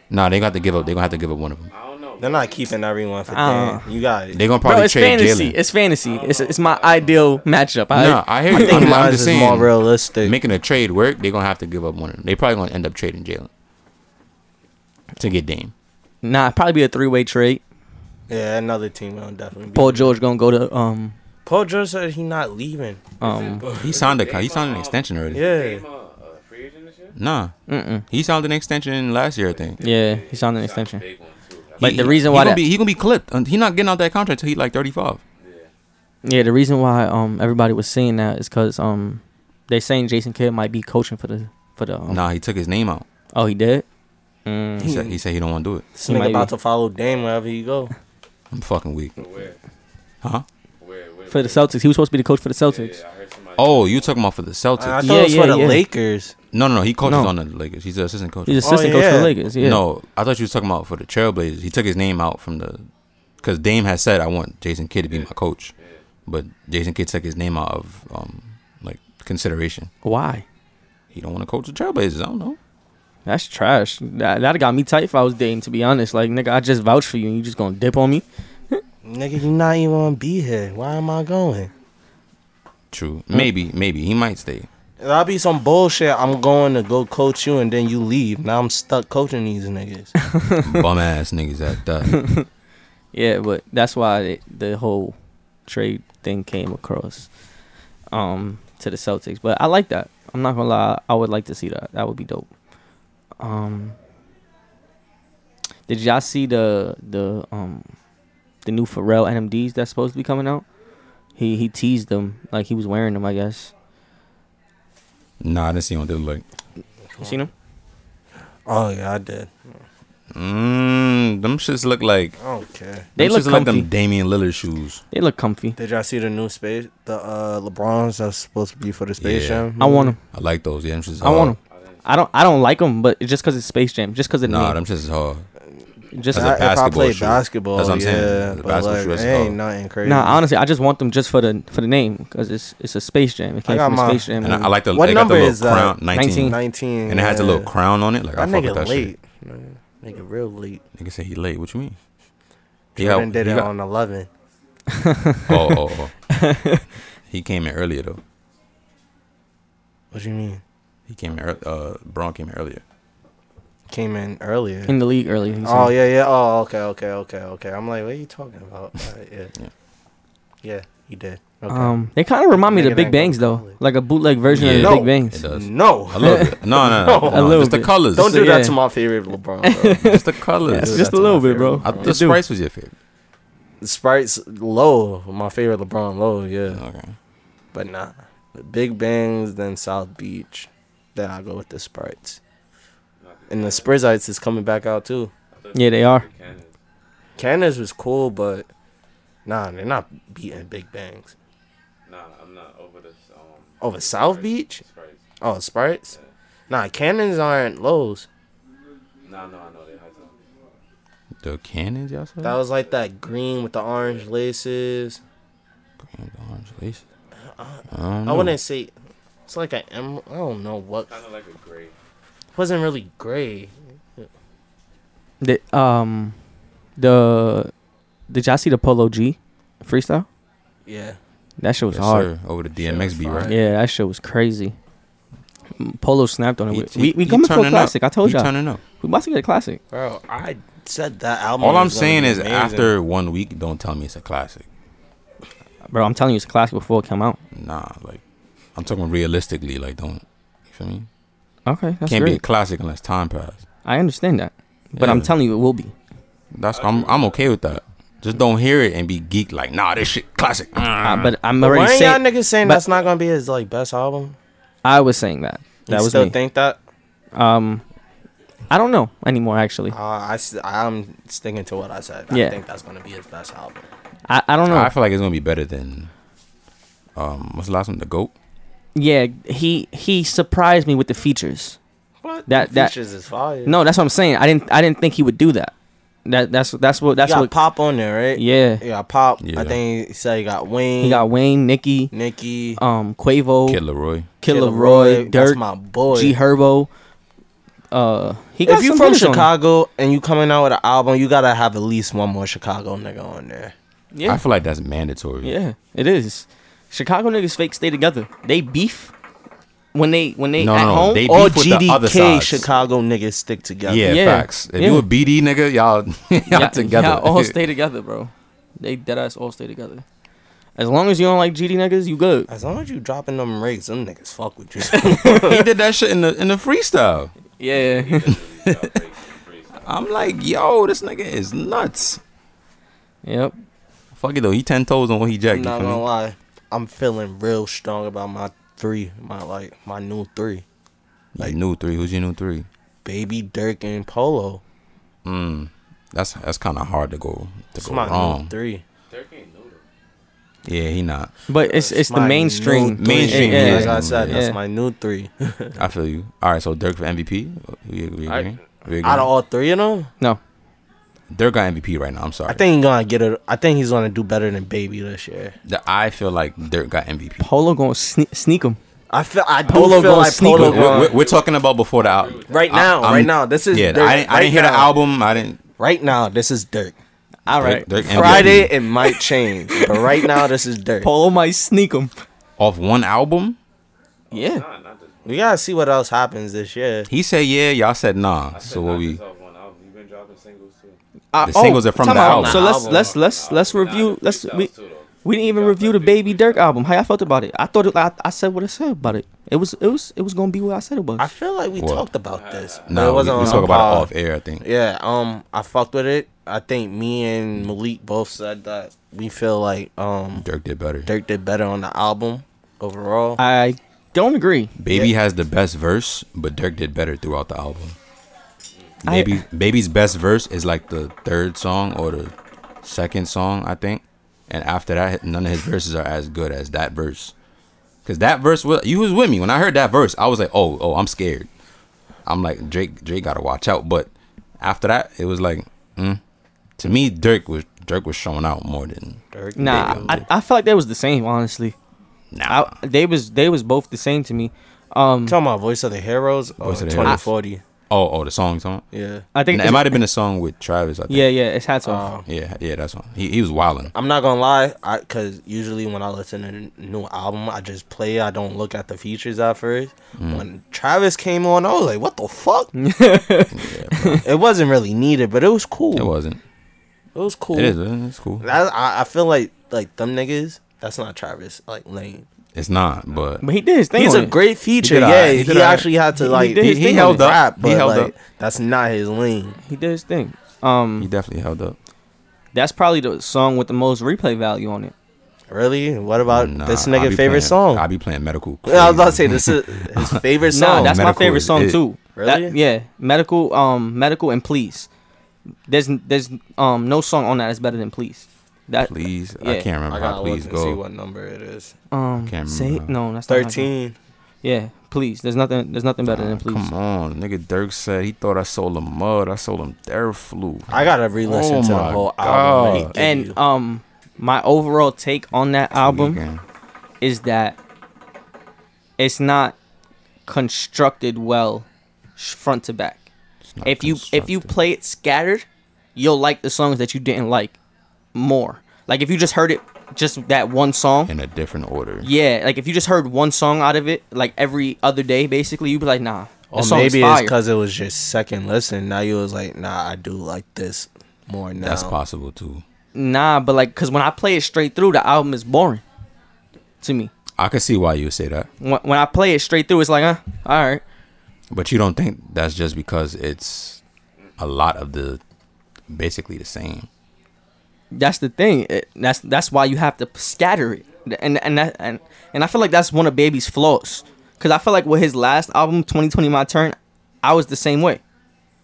Nah, they got to give up. They gonna have to give up one of them.
I don't know.
They're not keeping everyone for
Uh.
damn. You got it.
They gonna
Bro,
probably
it's
trade
fantasy.
Jalen.
It's fantasy. It's it's my ideal matchup. I,
Nah, I hear you.
think
I'm, I'm
mine
just
is more
saying,
realistic.
making a trade work, they gonna have to give up one of them. They probably gonna end up trading Jalen to get Dame.
nah, it'd probably be a three way trade.
Yeah, another team will definitely be.
Paul George gonna go to um
Paul George said he not leaving.
um
He signed a co- he signed an extension already.
Yeah.
Free agent this year?
Nah,
mm-mm.
he signed an extension last year, I think.
yeah he signed an extension.
Big one too. That's
Like
He-
the
he-
reason
he
why
gonna
that-
be, he gonna be clipped. He's not getting out that contract till he like thirty five.
Yeah, the reason why um everybody was saying that is because um they saying Jason Kidd might be coaching for the for the um,
Nah, he took his name out.
oh he did. Mm.
He said he said he don't want to do it.
This
He might
nigga about
be.
to follow Dame wherever he go.
I'm fucking weak,
for where?
huh?
Where? Where?
For the
where?
Celtics, he was supposed to be the coach for the Celtics.
Yeah, I heard somebody.
Oh, you talking about for the Celtics?
I thought
Yeah,
it was
yeah,
for the
yeah.
Lakers.
no, no, no. He coaches
No.
on the Lakers. He's the assistant coach.
He's assistant
Oh,
coach for the
yeah.
Lakers. Yeah.
No, I thought you was talking about for the Trailblazers. He took his name out from the, because Dame has said I want Jason Kidd to be my coach, but Jason Kidd took his name out of um like consideration.
Why?
He don't want to coach the Trailblazers. I don't know.
That's trash. That that got me tight if I was dating. To be honest, like nigga, I just vouched for you, and you just gonna dip on me.
Nigga, you not even gonna be here. Why am I going?
True. Maybe, maybe he might stay.
That'll be some bullshit. I'm going to go coach you and then you leave. Now I'm stuck coaching these niggas.
Bum ass niggas at that.
Yeah, but that's why it, the whole trade thing came across um, to the Celtics. But I like that. I'm not gonna lie. I would like to see that. That would be dope. Um, did y'all see the the um the new Pharrell NMDs that's supposed to be coming out? He he teased them like he was wearing them. I guess
Nah, I didn't see what they look like.
you seen them.
oh yeah, I did.
Mmm, them shits look like
I don't care.
They
them
look
shits like them
comfy.
Damian Lillard shoes.
They look comfy.
Did y'all see the new space? The uh LeBrons that's supposed to be for the Space
Yeah.
Jam.
I want them.
I like those. Yeah, them shits.
I want
hard.
them. I don't. I don't like them, but it's just because it's Space Jam. Just because it.
Nah,
Nah,
them shits is hard.
just
As
I,
a
if I
basketball
play
shoe.
basketball,
That's what I'm
yeah,
saying. As a
but
basketball
like,
shoe,
it
that's
ain't
all.
nothing crazy.
No, nah, honestly, I just want them just for the for the name because it's it's a Space Jam. It
I
came
got
from
my-
a Space Jam.
And I, I
movie.
like the.
What
they got the
number
little
is that?
crown,
19.
Nineteen.
nineteen,
And it has a little
yeah.
crown on it. Like
That
I fuck with
nigga
that shit.
late. man. Nigga real late.
Nigga say he late. What you mean? He
Jordan
out-
did
he
it
got-
on eleven.
oh, oh, oh. he came in earlier though.
What you mean?
He came in. ear- Uh, Braun came in earlier.
Came in earlier.
in the league earlier. he
Oh
said.
yeah, yeah. Oh okay, okay, okay, okay. I'm like, what are you talking about? All right, yeah.
Yeah.
yeah, he did. Okay.
Um, they kind of remind me of the
Nigga
Big
that go
Bangs though,
college.
like a bootleg version of
Yeah.
the
No.
Big
It
Bangs.
does.
no,
I love it. No, no,
No.
no.
A
no,
little
just the
bit.
colors.
don't
So,
do that
yeah.
to my favorite LeBron. Bro.
Just the colors.
It's
Dude,
just
that's
a little
my
bit, bro.
I
Yeah,
thought
dude.
Sprite's was your favorite.
Sprite's low, my favorite LeBron low, yeah.
Okay.
But nah. The Big Bangs, then South Beach. Then I go with the Sprites. And the Sprizzites is coming back out too.
Yeah, they are.
Candace was cool, but nah, they're not beating Big Bangs.
Nah, I'm not over this. Um,
Over South
Sprite-
Beach?
Sprite.
Oh, Sprites? Nah, Cannons aren't lows.
Mm-hmm.
Nah, no, I know they high top.
The cannons, y'all said.
That was like that green with the orange laces.
Green, the orange lace. I don't
I
Mm.
know.
wouldn't say it's like an emerald. I don't know what.
Kind of like a gray.
wasn't really gray.
The um, the did y'all see the Polo G freestyle?
Yeah.
That shit was
Yes,
hard.
sir. Over the DMX beat,
fire.
right?
Yeah, that shit was crazy. Mm, Polo snapped on it.
He-
We-
he-
we we
he
coming for a
turning up.
classic. I told
He
y'all
turning up.
we about to get a classic.
Bro, I said that album.
All I'm
was gonna
saying
be
is,
amazing.
after one week, don't tell me it's a classic.
Bro, I'm telling you, it's a classic before it come out.
Nah, like I'm talking realistically. Like, don't you feel me?
Okay, that's
Can't be a
great.
classic unless time passes.
I understand that, but I'm
Yeah.
telling you, it will be.
That's I'm I'm okay with that. Just don't hear it and be geeked like, nah, this shit classic.
Uh, but I'm
Uh-huh. But why
already
ain't y'all
saying.
niggas saying
but-
that's not gonna be his like best album?
I was saying that. That
you
was
still
me.
think that?
Um, I don't know anymore. Actually,
Uh, I am sticking to what I said.
Yeah.
I think that's gonna be his best album.
I, I don't know.
I feel like it's gonna be better than um what's the last one? The goat?
yeah, he he surprised me with the features.
What?
That- that-
features is fire.
No, that's what I'm saying. I didn't I didn't think he would do that. That that's that's what that's
that's you got
what.
pop on there, right?
Yeah,
You got pop.
Yeah.
I think he said you got Wayne.
he got Wayne, Nicki,
Nicki.
um, Quavo,
Kid
Killer,
Leroy.
Roy,
That's
Dirk,
my boy.
G Herbo. Uh, he got
if you
some
from
hitters on him.
Chicago and you coming out with an album, you gotta have at least one more Chicago nigga on there.
Yeah,
I feel like that's mandatory.
yeah, it is. Chicago niggas fake stay together. They beef, when they when they
No,
at
no,
home.
they-
All
beef with the other
GDK
sides.
Chicago niggas stick together.
Yeah,
Yeah.
facts. If
Yeah.
you a BD nigga, y'all y'all
y'all-
together.
y'all all stay together, bro. They dead ass all stay together. As long as you don't like GD niggas, you good.
As long as you dropping them rigs, them niggas fuck with you.
he did that shit in the in the freestyle.
Yeah.
I'm like, yo, this nigga is nuts.
yep.
Fuck it though, he ten toes on what he jacked. you
I'm not
feel me?
gonna lie, I'm feeling real strong about my three, my like my new three,
Like new three. Who's your new three?
baby Dirk and Polo.
Mm. That's that's kind of hard to go to
It's
go
my new
wrong.
three.
Dirk ain't new though.
Yeah, he not.
But it's it's the
my
mainstream.
new
three. Mainstream,
Yeah,
yeah.
Like I said,
Yeah.
that's my new three.
I feel you. All right, so Dirk for MVP. We, we
I-
agree. We agree.
Out of all three of them,
No.
Dirk got MVP right now. I'm sorry.
I think he's gonna get it. I think he's gonna do better than Baby this year.
The- I feel like Dirk got MVP.
Polo gonna sne- sneak him.
I feel. I do
Polo
feel
gonna
like
sneak
Polo.
with-
We're,
gonna-
we're- we're talking about before the album.
right now, right now, this is
yeah.
Dirk,
I didn't, I
right
didn't hear the
now.
album. I didn't.
Right now, this is Dirk.
All right.
Dirk, Dirk MVP.
Friday it might change, but right now this is Dirk.
Polo might sneak him.
off one album.
Yeah.
Nah, not this one.
We gotta see what else happens this year.
He said yeah. Y'all said nah.
I said
so
not
what we?
this off one album. You've been dropping singles too.
Uh,
The singles are from
time
the
out.
album.
So let's
Album.
let's let's
Nah,
let's
nah,
review.
the
Let's
freestyles
we
too, though.
we didn't even
Y'all
review the
like big
Baby Dirk
freestyles.
album. How y'all felt about it? I thought it, I I said what I said about it. It was it was it was gonna be what I said it was.
I feel like we
What?
talked about this. but
No,
it
we, we
wasn't on
talk
the
about it
pod.
off air. I think.
Yeah, um, I fucked with it. I think me and Malik both said that we feel like um
Dirk did better.
Dirk did better on the album overall.
I don't agree.
Baby
Yeah.
has the best verse, but Dirk did better throughout the album.
I-
Baby, Baby's best verse is like the third song or the second song, I think. And after that, none of his verses are as good as that verse. Cause that verse was you was with me when I heard that verse. I was like, oh, oh, I'm scared. I'm like Drake, Drake gotta watch out. But after that, it was like, mm. to me, Dirk was Dirk was showing out more than
Dirk,
Nah,
Baby.
I, I feel like they was the same. Honestly,
now.
I, they was they was both the same to me. Um,
talking about Voice of the Heroes or
Voice of the Heroes.
Twenty Forty.
oh, oh, the song, song.
Yeah,
I think
And it
it's-
might have been a song with Travis. I think.
Yeah, yeah, it's hats off.
um,
Yeah, yeah, that's one. He he was wilding.
I'm not gonna lie, I because usually when I listen to n- new album, I just play. I don't look at the features at first.
Mm.
When Travis came on, I was like, "What the fuck?" it wasn't really needed, but it was cool.
It wasn't.
It was cool.
It is. It's cool.
I, I- I feel like like them niggas. That's not Travis. Like Lane.
It's not, but
but he did his thing.
He's
on
a
it.
great feature.
He did
yeah,
alright. He
he,
did alright.
actually had to
He- he
like.
did
he,
his
he
thing
held
on it.
up.
rap,
he
but,
held
like,
up.
That's not his lane.
He did his thing.
He
Um,
definitely held up.
that's probably the song with the most replay value on it.
Really? What about
Nah,
this
I
nigga
be
favorite
playing-
song?
I be playing medical.
Yeah, I was about to say
crazy.
this is his favorite
No,
song.
that's my
Medical
favorite
is
song
it.
too.
Really?
That- yeah, medical. Um, medical and please. There's n- there's um no song on that that's better than please. That
Please, I
Yeah.
can't remember.
I
how
gotta
please
look and see
go.
what number it is.
um
can't
say
remember.
no that's not how it goes.
Thirteen.
Yeah, please. There's nothing. There's nothing better than
Nah,
please.
Come on, nigga. Dirk said he thought I sold him mud. I sold him Theraflu.
I gotta re-listen
Oh
to the
my
whole album.
God.
that he gave you.
And um, my overall take on that album
Weekend.
is that it's not constructed well, sh- front to back.
It's not
if you if you
constructive.
play it scattered, you'll like the songs that you didn't like more. Like if you just heard it just that one song.
in a different order,
Yeah, like if you just heard one song out of it, like every other day, basically, you'd be like, nah.
Or
That song
Oh, maybe
is
it's
fire.
because it was your second listen. Now you was like, nah, I do like this more now.
that's possible too.
nah, but like, cause when I play it straight through, the album is boring to me.
I could see why you would say that,
When, when I play it straight through, it's like, huh, all right.
but you don't think that's just because it's a lot of the basically the same.
That's the thing. It- that's that's why you have to scatter it, and and that, and and I feel like that's one of Baby's flaws. Cause I feel like with his last album, 2020 My Turn, I was the same way.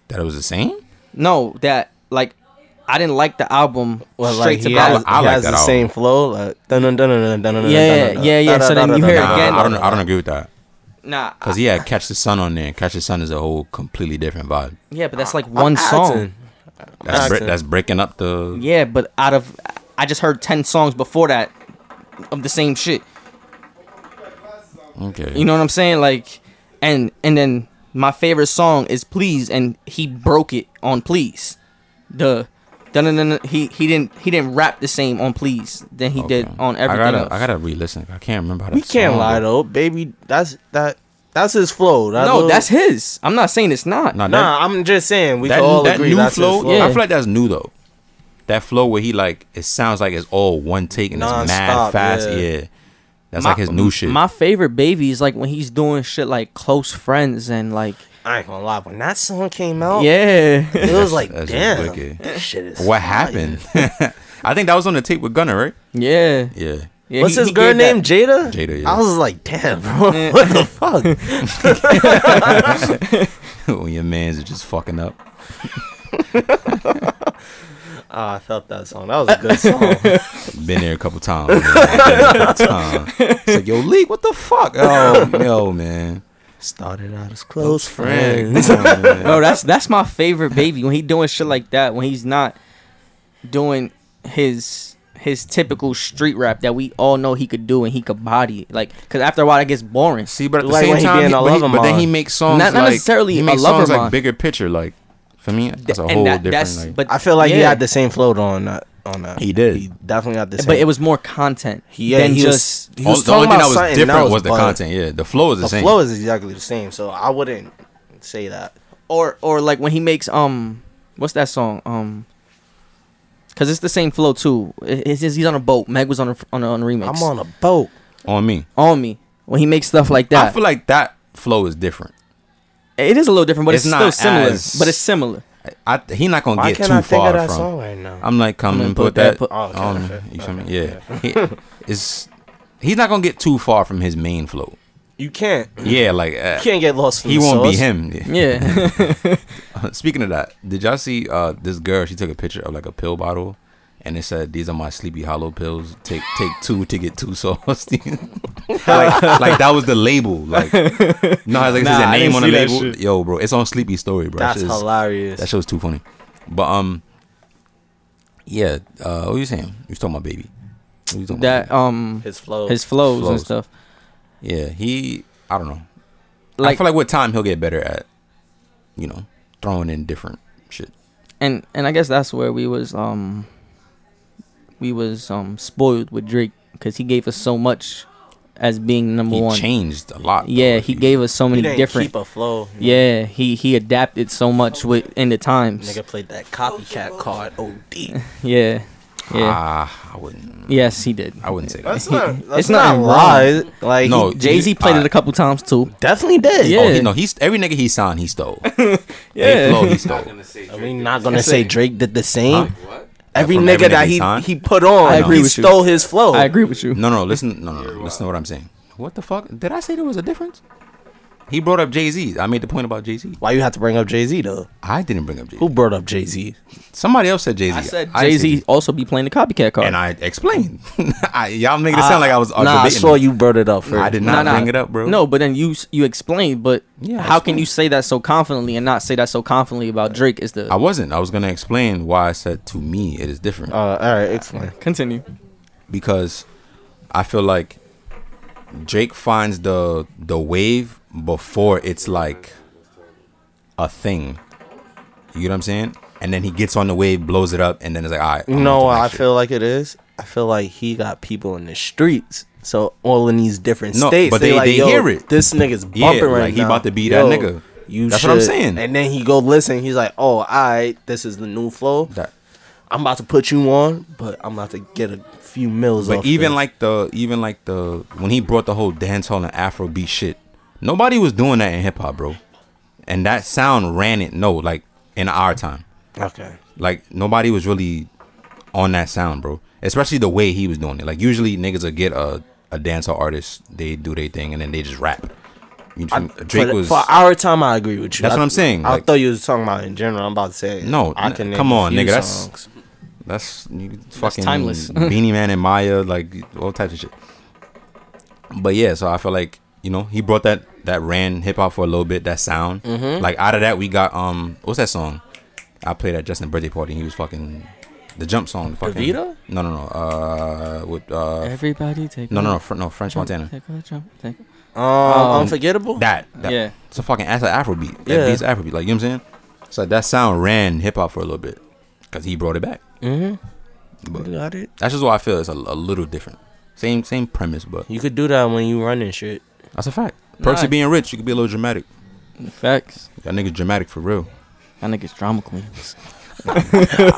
That it was the same.
No, that like I didn't like the album
Well,
straight
like
to
he
back.
has,
I like
he has
that
the
album.
same flow. Like, dun dun dun dun dun dun dun
Yeah,
dun dun,
yeah, yeah,
dun,
so
dun,
then
dun,
you
dun,
hear it
dun,
Nah,
again.
dun,
I don't.
dun,
I don't agree with that.
Nah,
Cause
I-
he had Catch the Sun on there. Catch the Sun is a whole completely different vibe.
yeah, but that's like
dun.
one song.
That's bre-
Jackson.
that's breaking up the.
Yeah, but out of I just heard ten songs before that of the same shit.
Okay.
You know what I'm saying? Like, and and then my favorite song is Please, and he broke it on Please. The dun dun dun. dun- He he didn't he didn't rap the same on Please than he did
Okay.
on everything
I gotta,
else.
I gotta re-listen. I can't remember how.
We
that
can't
song
lie
go.
though, baby. That's that That's his flow. That
no,
little-
that's his. I'm not saying it's not.
Nah, that,
Nah, I'm just saying we
that,
can all
that
agree
new
that's
flow,
his flow.
yeah.
I feel like that's new though. That flow where he like it sounds like it's all one take and it's mad
Non-stop,
fast.
yeah.
Yeah, that's like his new shit.
My favorite baby is like when he's doing shit like close friends and like
I ain't gonna lie, when that song came out,
yeah,
it was like,
That's- that's
damn,
wicked.
this shit is.
what
fire.
happened? I think that was on the tape with Gunner, right?
yeah.
Yeah.
yeah
What's
he-
his
he
girl
gave that-
name? Jada.
Jada, yeah.
I was like, damn, bro, what the fuck?
when your man's are just fucking up.
Ah, I felt that song. That was a good song.
Been there a couple times. man. Been there a couple times. It's like, yo, leak, what the fuck? Oh, no, man.
Started out as close
Friend.
friends.
Come on, man.
Bro, that's that's my favorite baby when he doing shit like that when he's not doing his his typical street rap that we all know he could do and he could body it. like because after a while it gets boring.
See, but at the
Like
same
when he
time,
being
he-
a
but, he-
lover
but then
mon.
he makes songs
Not- not
like,
necessarily
he
a
makes
lover
songs like
mon.
bigger picture. Like for me, that's a
And
whole
that-
different.
that's-
Like,
but
I feel like he
yeah.
had the same flow on that. On that,
He did.
He definitely had the same.
but it was more content
yeah,
than
he
just
was, he
all-
was
the only
talking
thing that
about
was
something
different
else,
was the
but
content. Yeah, the flow is the,
The
same.
flow is exactly the same, so I wouldn't say that.
or or like when he makes um what's that song um because it's the same flow too. It- it's just- he's on a boat. Meg was on a, on a, on a remix.
I'm on a boat.
on me.
on me when he makes stuff like
I
that.
feel like that flow is different.
it is a little different, but it's,
It's
still
not
similar.
as-
But it's similar.
I, I he not gonna
Why
get
can't
too
I think
far
of that
from.
song right now?
I'm like, come
I'm
and put that.
put-
Oh, okay,
on me.
okay,
you feel me?
okay,
Yeah, He- it's he's not gonna get too far from his main flow.
you can't.
Yeah, like uh,
You can't get lost. In
he
the
won't be
sauce.
him.
Yeah.
Speaking of that, did y'all see uh, this girl? She took a picture of like a pill bottle, and it said, "These are my Sleepy Hollow pills. Take take two to get two sauce." like, like that was the label. Like, no, it's like it says
Nah,
a
I
name
didn't
on the
see that
label.
shit.
Yo, bro, it's on Sleepy Story, bro.
That's
That shit is-
hilarious.
that show was too funny. But um, yeah. Uh, what were you saying? You was talking about baby. What you talking
that
about
um
his flow.
his flows, and
Flows.
stuff.
baby? yeah, he. I don't know. I
Like
feel like with time he'll get better at, you know, throwing in different shit.
and and I guess that's where we was um we was um spoiled with Drake because he gave us so much as being number
He
one.
changed a lot. though,
Yeah,
if
he
you-
gave us so
he
many
didn't
different.
keep a flow.
Yeah, he he adapted so much with in the times.
Nigga played that copycat card. OD.
Yeah, yeah.
Ah, I wouldn't.
yes, he did.
I wouldn't say that.
That's not. That's
It's
not
nothing wrong.
lies. Like
No,
no,
Oh, he-
Jay Z played it a couple times too.
definitely did.
Yeah.
Oh, he, no, he's every nigga he signed, he stole. Every flow, he
Not
stole.
gonna say
Are
Drake
we
did
not
the
gonna
Yes,
say
sir.
Drake did the same?
same. What?
Every
From
nigga
every
that
nigga
he
he
he put on,
I agree
he
with you.
stole his flow.
I agree with you.
No, no, listen, no, no, listen to what I'm saying. What the fuck? Did I say there was a difference? He brought up Jay Z. I made the point about Jay Z.
Why you have to bring up Jay Z though?
I didn't bring up Jay.
Who brought up Jay Z?
Somebody else said Jay Z.
I said Jay Z also be playing the copycat card.
and I explained. I, y'all making it sound like I was. Uh,
Nah, I
debating
saw
it.
you brought it up first.
I did
Nah,
not
nah.
bring it up, bro.
No, but then you s- you explained. But
Yeah, I
how can
explained.
you say that so confidently and not say that so confidently about Drake? Is the
I wasn't. I was gonna explain why I said to me it is different.
Uh, all right, explain.
continue?
because I feel like Drake finds the the wave before it's like a thing. You get what I'm saying? And then he gets on the wave, blows it up, and then it's like, all right.
You know what I feel like it is? I feel like he got people in the streets. So all in these different
No,
states,
but
they,
they-
like,
they
yo,
hear it.
This nigga's bumping
Yeah,
right
like, he
now.
about to be that
Yo,
nigga.
You
That's what I'm
should."
saying.
And then he go listen. He's like, "Oh, all right, this is the new flow.
That,
I'm about to put you on, but I'm about to get a few mills."
but
off
even
this."
like the even like the when he brought the whole dancehall and Afrobeat shit, nobody was doing that in hip hop, bro. And that sound ran it. No, like in our time.
okay,
Like nobody was really on that sound, bro. Especially the way he was doing it. Like usually niggas will get a a dancer artist, they do their thing, and then they just rap. You feel me? Drake
for,
was
for our time. I agree with you.
That's
I-
what I'm saying,
I
like-
thought you was talking about in general. I'm about to say
No,
I
n-
can name
come
a
on,
few
nigga, that's-
songs.
that's you fucking
timeless.
Beanie Man and Maya, like all types of shit. But yeah, so I feel like you know he brought that that ran hip hop for a little bit that sound.
Mm-hmm.
Like out of that we got um what's that song? I played at Justin's birthday party. and He was fucking the jump song. Fucking,
Davida?
No, no, no. Uh, with uh,
Everybody take
no,
a
no, no, Fr- no, French
jump,
Montana.
Take a jump, take a-
Um, unforgettable.
That, that
Yeah.
It's a fucking that's an Afrobeat. That
Yeah.
beats Afrobeat. Like you know what I'm saying? So that sound ran hip hop for a little bit because he brought it back.
Mm-hmm. You got it.
That's just what I feel. It's a, a little different. Same same premise, but
You could do that when you running shit.
that's a fact. Perks
Nice.
of being rich, you could be a little dramatic.
Facts.
That nigga's dramatic for real.
That nigga's drama queens.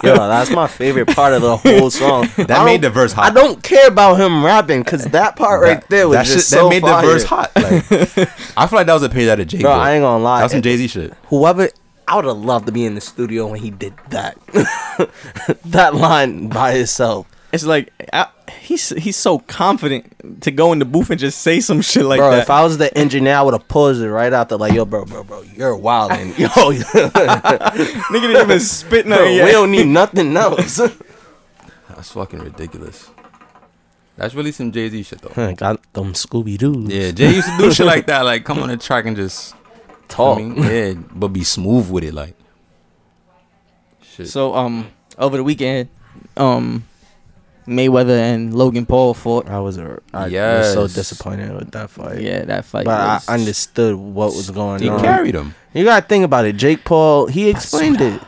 Yo, that's my favorite part of the whole song.
That made the verse
I
hot.
don't care about him rapping because that part right there was
that
just
shit-
so
that made
fire.
the verse hot. Like, I feel like that was a page out of Jay.
Bro, I ain't gonna lie.
That's some Jay Z shit.
Whoever, I would have loved to be in the studio when he did that. that line by itself,
It's like I, he's he's so confident to go in the booth and just say some shit like
bro.
that.
If I was the engineer, I would have paused it right after, like, yo, bro, bro, bro, you're wilding, yo.
Nigga didn't even spit
bro,
nothing
We
yet.
don't need nothing else.
That's fucking ridiculous. That's really some Jay Z shit though.
Got them Scooby Doo.
yeah, Jay used to do shit like that. Like come on the track and just
talk.
I mean, yeah, but be smooth with it. Like shit.
So um, over the weekend, um, Mayweather and Logan Paul fought.
I was, a, I was
Yes.
so disappointed with that fight.
Yeah, that fight.
But I
was-
understood what was going
he
on.
carried him.
You gotta think about it. Jake Paul, he explained it.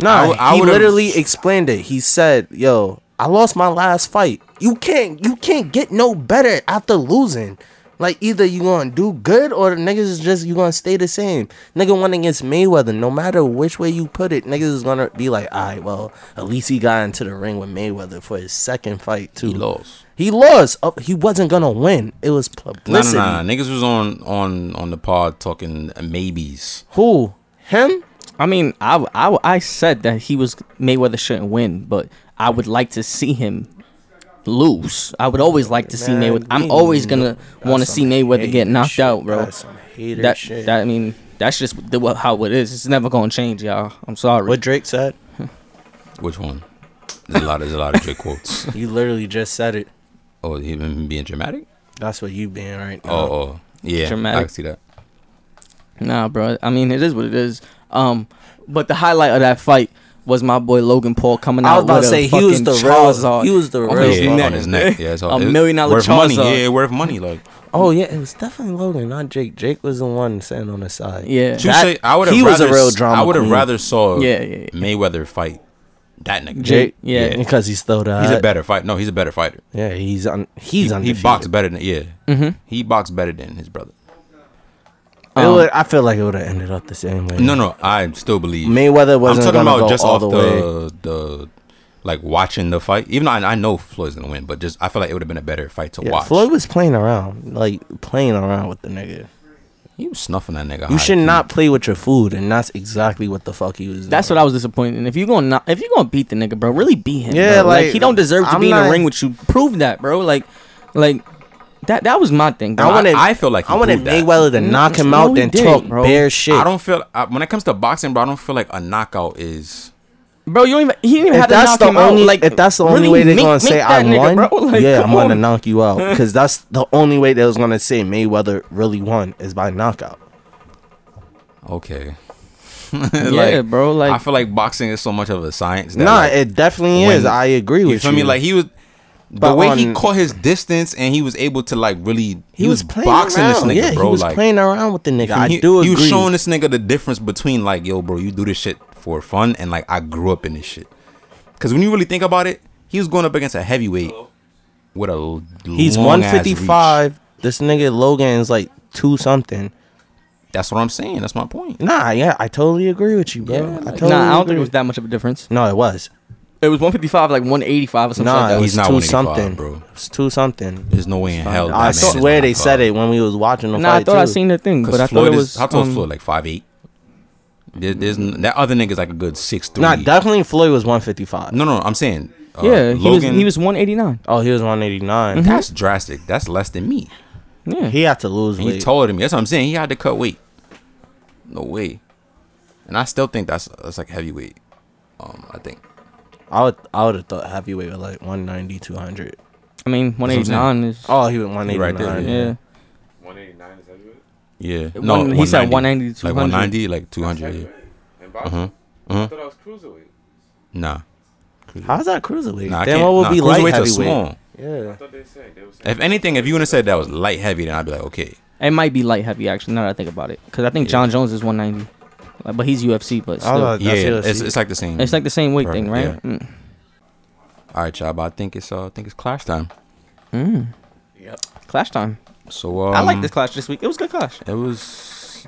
No,
I w- I
he
would've-
literally explained it. He said, "Yo, I lost my last fight. You can't, you can't get no better after losing. Like either you gonna do good or the niggas is just you gonna stay the same. Nigga went against Mayweather. No matter which way you put it, niggas is gonna be like, all right, well, at least he got into the ring with Mayweather for his second fight too.
He lost.
He lost. Oh, he wasn't gonna win. It was
No, no,
publicity.
no. Niggas was on on on the pod talking maybes.
Who? Him?
I mean, I, w- I w- I said that he was Mayweather shouldn't win, but I would like to see him lose. I would always like to see
Man,
Mayweather.
we
I'm always
know-
gonna
that's
want to
some
see Mayweather get
hater
knocked
shit.
out, bro.
That's some hater
That,
shit.
that I mean, that's just the, wha- how it is. It's never gonna change, y'all. I'm sorry.
what Drake said?
Which one? There's a lot. There's a lot of Drake quotes.
You literally just said it.
Oh, him being dramatic.
That's what you being right now.
Oh, oh. yeah. I
Dramatic.
can see that.
Nah, bro. I mean, it is what it is. Um, but the highlight of that fight was my boy Logan Paul coming
I
out
was about to
with
say
a
he was
fucking
the real.
Charizard.
He was the
on
real.
his
yeah,
fuck.
neck.
on his neck. Yeah, it's all,
A
it-
million dollar
worth money.
Charizard.
Yeah, worth money. Like
Oh yeah, it was definitely Logan, not Jake. Jake was the one sitting on the side.
Yeah.
To
That-
say, I would have.
he
rather,
was a real
s-
drama
I would have
queen.
rather saw
Yeah, yeah, yeah.
Mayweather fight that nigga.
Jake, yeah.
because he's still the.
He's a better fight. No, he's a better fighter.
Yeah, he's un, he's
he, he
undefeated.
boxed better than yeah.
Mhm.
He boxed better than his brother.
It
Um,
would, I feel like it would have ended up the same way.
No, no, I still believe.
Mayweather
I'm
wasn't
talking
gonna
about
go
just
all
off
the
the,
way.
the like watching the fight. Even though I, I know Floyd's gonna win, but just I feel like it would have been a better fight to
Yeah,
watch.
Floyd was playing around, like playing around with the nigga.
he was snuffing that nigga. high
You should
key.
not play with your food, and that's exactly what the fuck he was. Doing.
That's what I was disappointed. in. if you gonna not, if you gonna beat the nigga, bro, really beat him.
Yeah,
Yeah, like,
like,
he don't deserve to
I'm
be in
not-
the ring with you. Prove that, bro. Like, like that that was my thing.
I
bro.
wanted.
I feel like he
I wanted
proved that.
Mayweather to knock him
no,
out
he
and
didn't,
talk
bro.
bare shit.
I don't feel I- when it comes to boxing, bro. I don't feel like a knockout is.
bro, you don't even he didn't even
If
have to
that's
knock
the
him
only,
out. Like,
if that's the only
really
way they're
make-
gonna
make
say I
that nigga,
won,
bro. Like,
yeah, I'm
come
gonna
on.
knock you out because that's the only way they was gonna say Mayweather really won is by knockout.
Okay.
Yeah, bro, like-
I feel like boxing is so much of a science. That
nah,
like,
it definitely
when-
is. I agree
you
with you.
feel me? Like he was
But
the way
on-
he caught his distance and he was able to like really
he, was, playing
boxing
around.
this nigga,
yeah,
bro.
he was
like
playing around with the nigga. I
he,
do
he
agree.
was showing this nigga the difference between like, yo, bro, you do this shit for fun and like I grew up in this shit. Cause when you really think about it, he was going up against a heavyweight with a l-
He's
long ass reach.
155. This nigga Logan is like two something.
That's what I'm saying. That's my point.
Nah, yeah, I totally agree with you, bro.
Yeah,
I
like-
totally
nah, I don't
agree.
think it was that much of a difference.
No, it was.
It was 155, like 185 or something
Nah,
like
it
that.
He's
was
not
two
185,
something,
bro.
It was two something.
There's no way in hell.
I swear they said it when we was watching the
nah, I
fight
thought I
too.
seen the thing, but I thought
Because Floyd
it
is.
was.
How tall is
um,
Floyd? Like five eight. There, there's n- that other nigga's like a good six three.
Nah, definitely Floyd was 155.
no, no, I'm saying. Uh,
Yeah, he was
Logan,
he was 189.
Oh, he was 189.
Mm-hmm.
That's drastic. That's less than me.
Yeah,
He had to lose
He's
weight.
taller than me. That's what I'm saying. He had to cut weight. No way. And I still think that's that's like heavyweight. Um, I think.
I would I would have thought heavyweight was like 190, 200.
I mean
what I'm saying.
189 is.
Oh, he was
He right there,
189.
yeah.
Yeah,
189 is heavyweight.
Yeah.
One- he said 190
Like
200.
190, like 200. yeah.
Heavyweight. In boxing?
Uh-huh.
I
Uh-huh.
thought I was cruiserweight.
Nah.
How's that cruiserweight?
Nah, I
then
can't.
what would
nah,
be light
cruiserweights are
heavyweight?
small.
Yeah.
I thought they said they were saying.
If anything, if you would have said that was light heavy, then I'd be like, okay.
it might be light heavy actually. Now that I think about it, because I think
Yeah.
John Jones is 190, Like, but he's UFC, but
I
still.
was like,
Yeah,
that's it,
it's,
see.
it's like the same.
It's like the same weight
Right,
thing, right?
yeah.
Mm.
All right, y'all. But I think it's uh, I think it's clash time.
Mm.
Yep.
Clash time.
So um,
I like this clash this week. It was a good clash.
It was.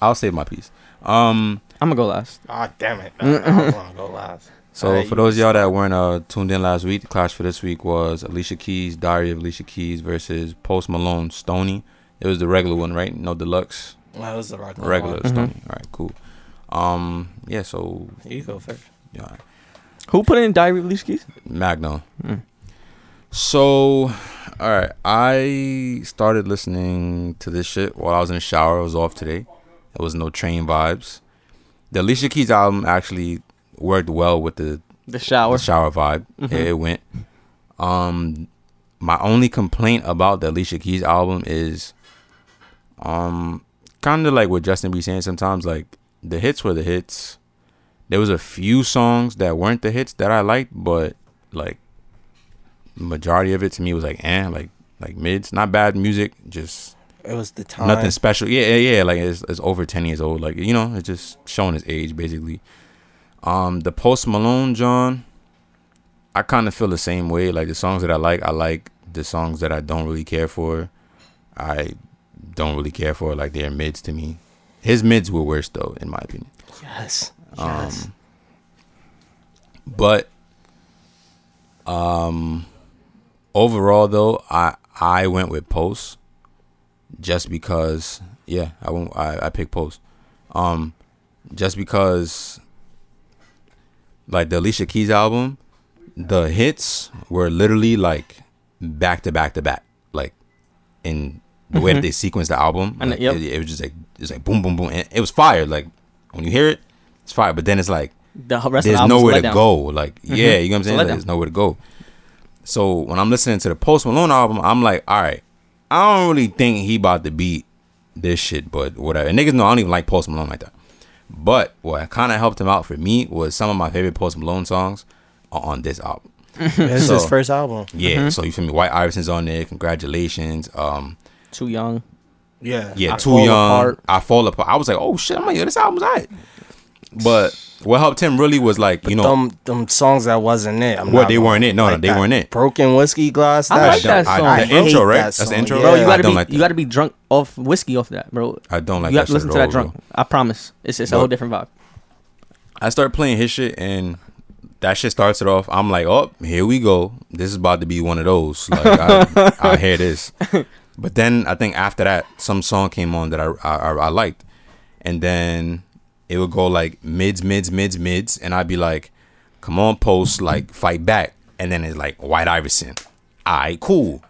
I'll save my piece. Um.
I'm gonna go last.
Ah, damn it. I don't want to go last.
So
Alright,
for
you-
those of y'all that weren't uh, tuned in last week, the clash for this week was Alicia Keys, Diary of Alicia Keys versus Post Malone, Stony. It was the regular one, right? No deluxe,
Well, it was the regular.
regular
Mhm.
Stony. All right, cool. Um, yeah. So
one. You go first.
yeah,
Who put in diary release keys?
Magno.
Hmm.
Mm.
So, all right, I started listening to this shit while I was in the shower. I was off today. There was no train vibes. The Alicia Keys album actually worked well with the
The shower.
the shower vibe.
Mhm.
Yeah, it went. Um, my only complaint about the Alicia Keys album is, um, kind of like what Justin be saying sometimes. Like the hits were the hits. There was a few songs that weren't the hits that I liked, but like majority of it to me was like, eh, like like mids. Not bad music, just
It was the time.
Nothing special. Yeah, yeah, yeah. Like it's, it's over ten years old. Like you know, it's just showing his age basically. Um, the Post Malone John, I kind of feel the same way. Like the songs that I like, I like the songs that I don't really care for. I don't really care for like their mids to me. His mids were worse though, in my opinion.
Yes.
Um,
Yes.
but um, overall though, I I went with Post just because yeah, I went I I picked Post. Um, just because like the Alicia Keys album, the hits were literally like back to back to back, like in the way that they sequenced the album.
Mm-hmm. And
like,
yep.
it, it was just like it's like boom boom boom, and it was fire. Like when you hear it, it's fire. But then it's like
The rest of the
there's
album was
nowhere
let
to
down.
go. Like, yeah,
Mhm.
you know what I'm
It's a
saying? Like,
letdown.
there's nowhere to go. So when I'm listening to the Post Malone album, I'm like, all right, I don't really think he about to beat this shit, but whatever. And niggas know I don't even like Post Malone like that. But what kind of helped him out for me was some of my favorite Post Malone songs are on this album.
This is
so-
his first album.
Yeah,
Mm-hmm.
so you feel me? White Iverson's on there. Congratulations. Um,
Too young.
Yeah.
yeah,
I
too
Fall
young.
Apart.
I fall apart. I was like, oh shit, I'm like, yo, this album's alright. But what helped him really was like, you know,
them, them songs that wasn't it. I'm
Well,
not
they
gonna-
weren't it. No, no, they
that
weren't it.
Broken whiskey glass.
I
That
like
shit.
that
I-
song.
I-
I
the
hate
intro, right?
that
That's the
song,
intro.
yeah.
Bro, you
I
gotta
don't
be
like
you
that.
gotta be drunk off whiskey off that, bro.
I don't like
you
that.
have to
shit
listen
at
to that
all,
drunk.
bro.
I promise. It's it's a whole
Look.
different vibe.
I start playing his shit and that shit starts it off. I'm like, oh, here we go. This is about to be one of those. Like I, I hear this. But then I think after that, some song came on that I I, I- I liked, and then it would go like mids, mids, mids, mids, and I'd be like, come on, post, like fight back. And then it's like White Iverson. All right, cool.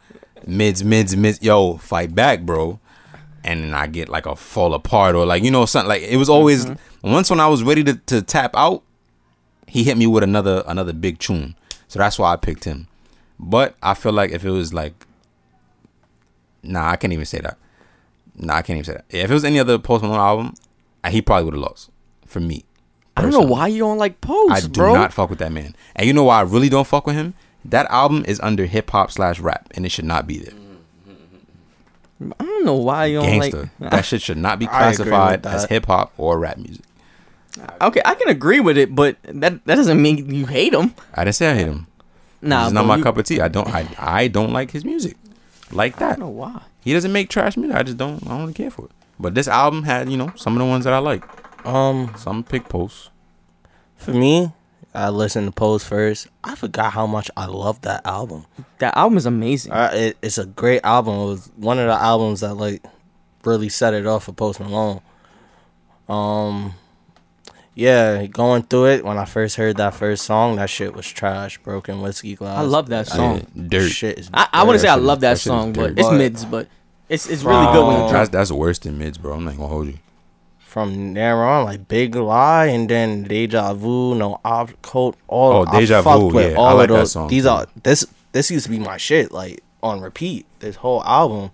Mids, mids, mids. Yo, fight back, bro. and then I get like a fall apart or like you know something like it was always
Mm-hmm.
once when I was ready to, to tap out, he hit me with another another big tune. So that's why I picked him. But I feel like if it was like Nah, I can't even say that. Nah, I can't even say that. If it was any other Post Malone album, uh, he probably would have lost for me.
I don't know
personally.
why you don't like Post,
I do
bro.
not fuck with that man. And you know why I really don't fuck with him? That album is under hip hop slash rap, and it should not be there.
I don't know why you don't
Gangster.
like.
that shit should not be
I agree with
classified as
that.
hip hop or rap music.
Okay, I can agree with it, but that that doesn't mean you hate him.
I didn't say I hate him.
Nah,
it's
bro,
not my
you,
cup of tea. I don't. I I don't like his music, like
I
that.
don't know why.
He doesn't make trash music. I just don't. I don't really care for it. But this album had you know some of the ones that I like.
Um,
Some pick posts.
for me, I listened to Pose first. I forgot how much I loved that album.
That album is amazing.
Uh, it, it's a great album. It was one of the albums that like really set it off for Post Malone. Um, yeah, going through it when I first heard that first song, that shit was trash. Broken whiskey glass.
I love that song.
Yeah, dirt.
Shit is
I, I wouldn't say
that
I
shit
love
is-
that,
that shit is
song, but
dirty.
it's
But-
mids. But it's it's really good when you
Bro.
drunk.
Um, That's that's worse than mids, bro. I'm not gonna hold you.
from there on, like Big Lie and then Deja Vu, No Op Code, all
Oh, Deja
I fucked
Vu,
with
yeah,
all
I like
of
that
those.
song,
These
too.
are this this used to be my shit, like on repeat. This whole album.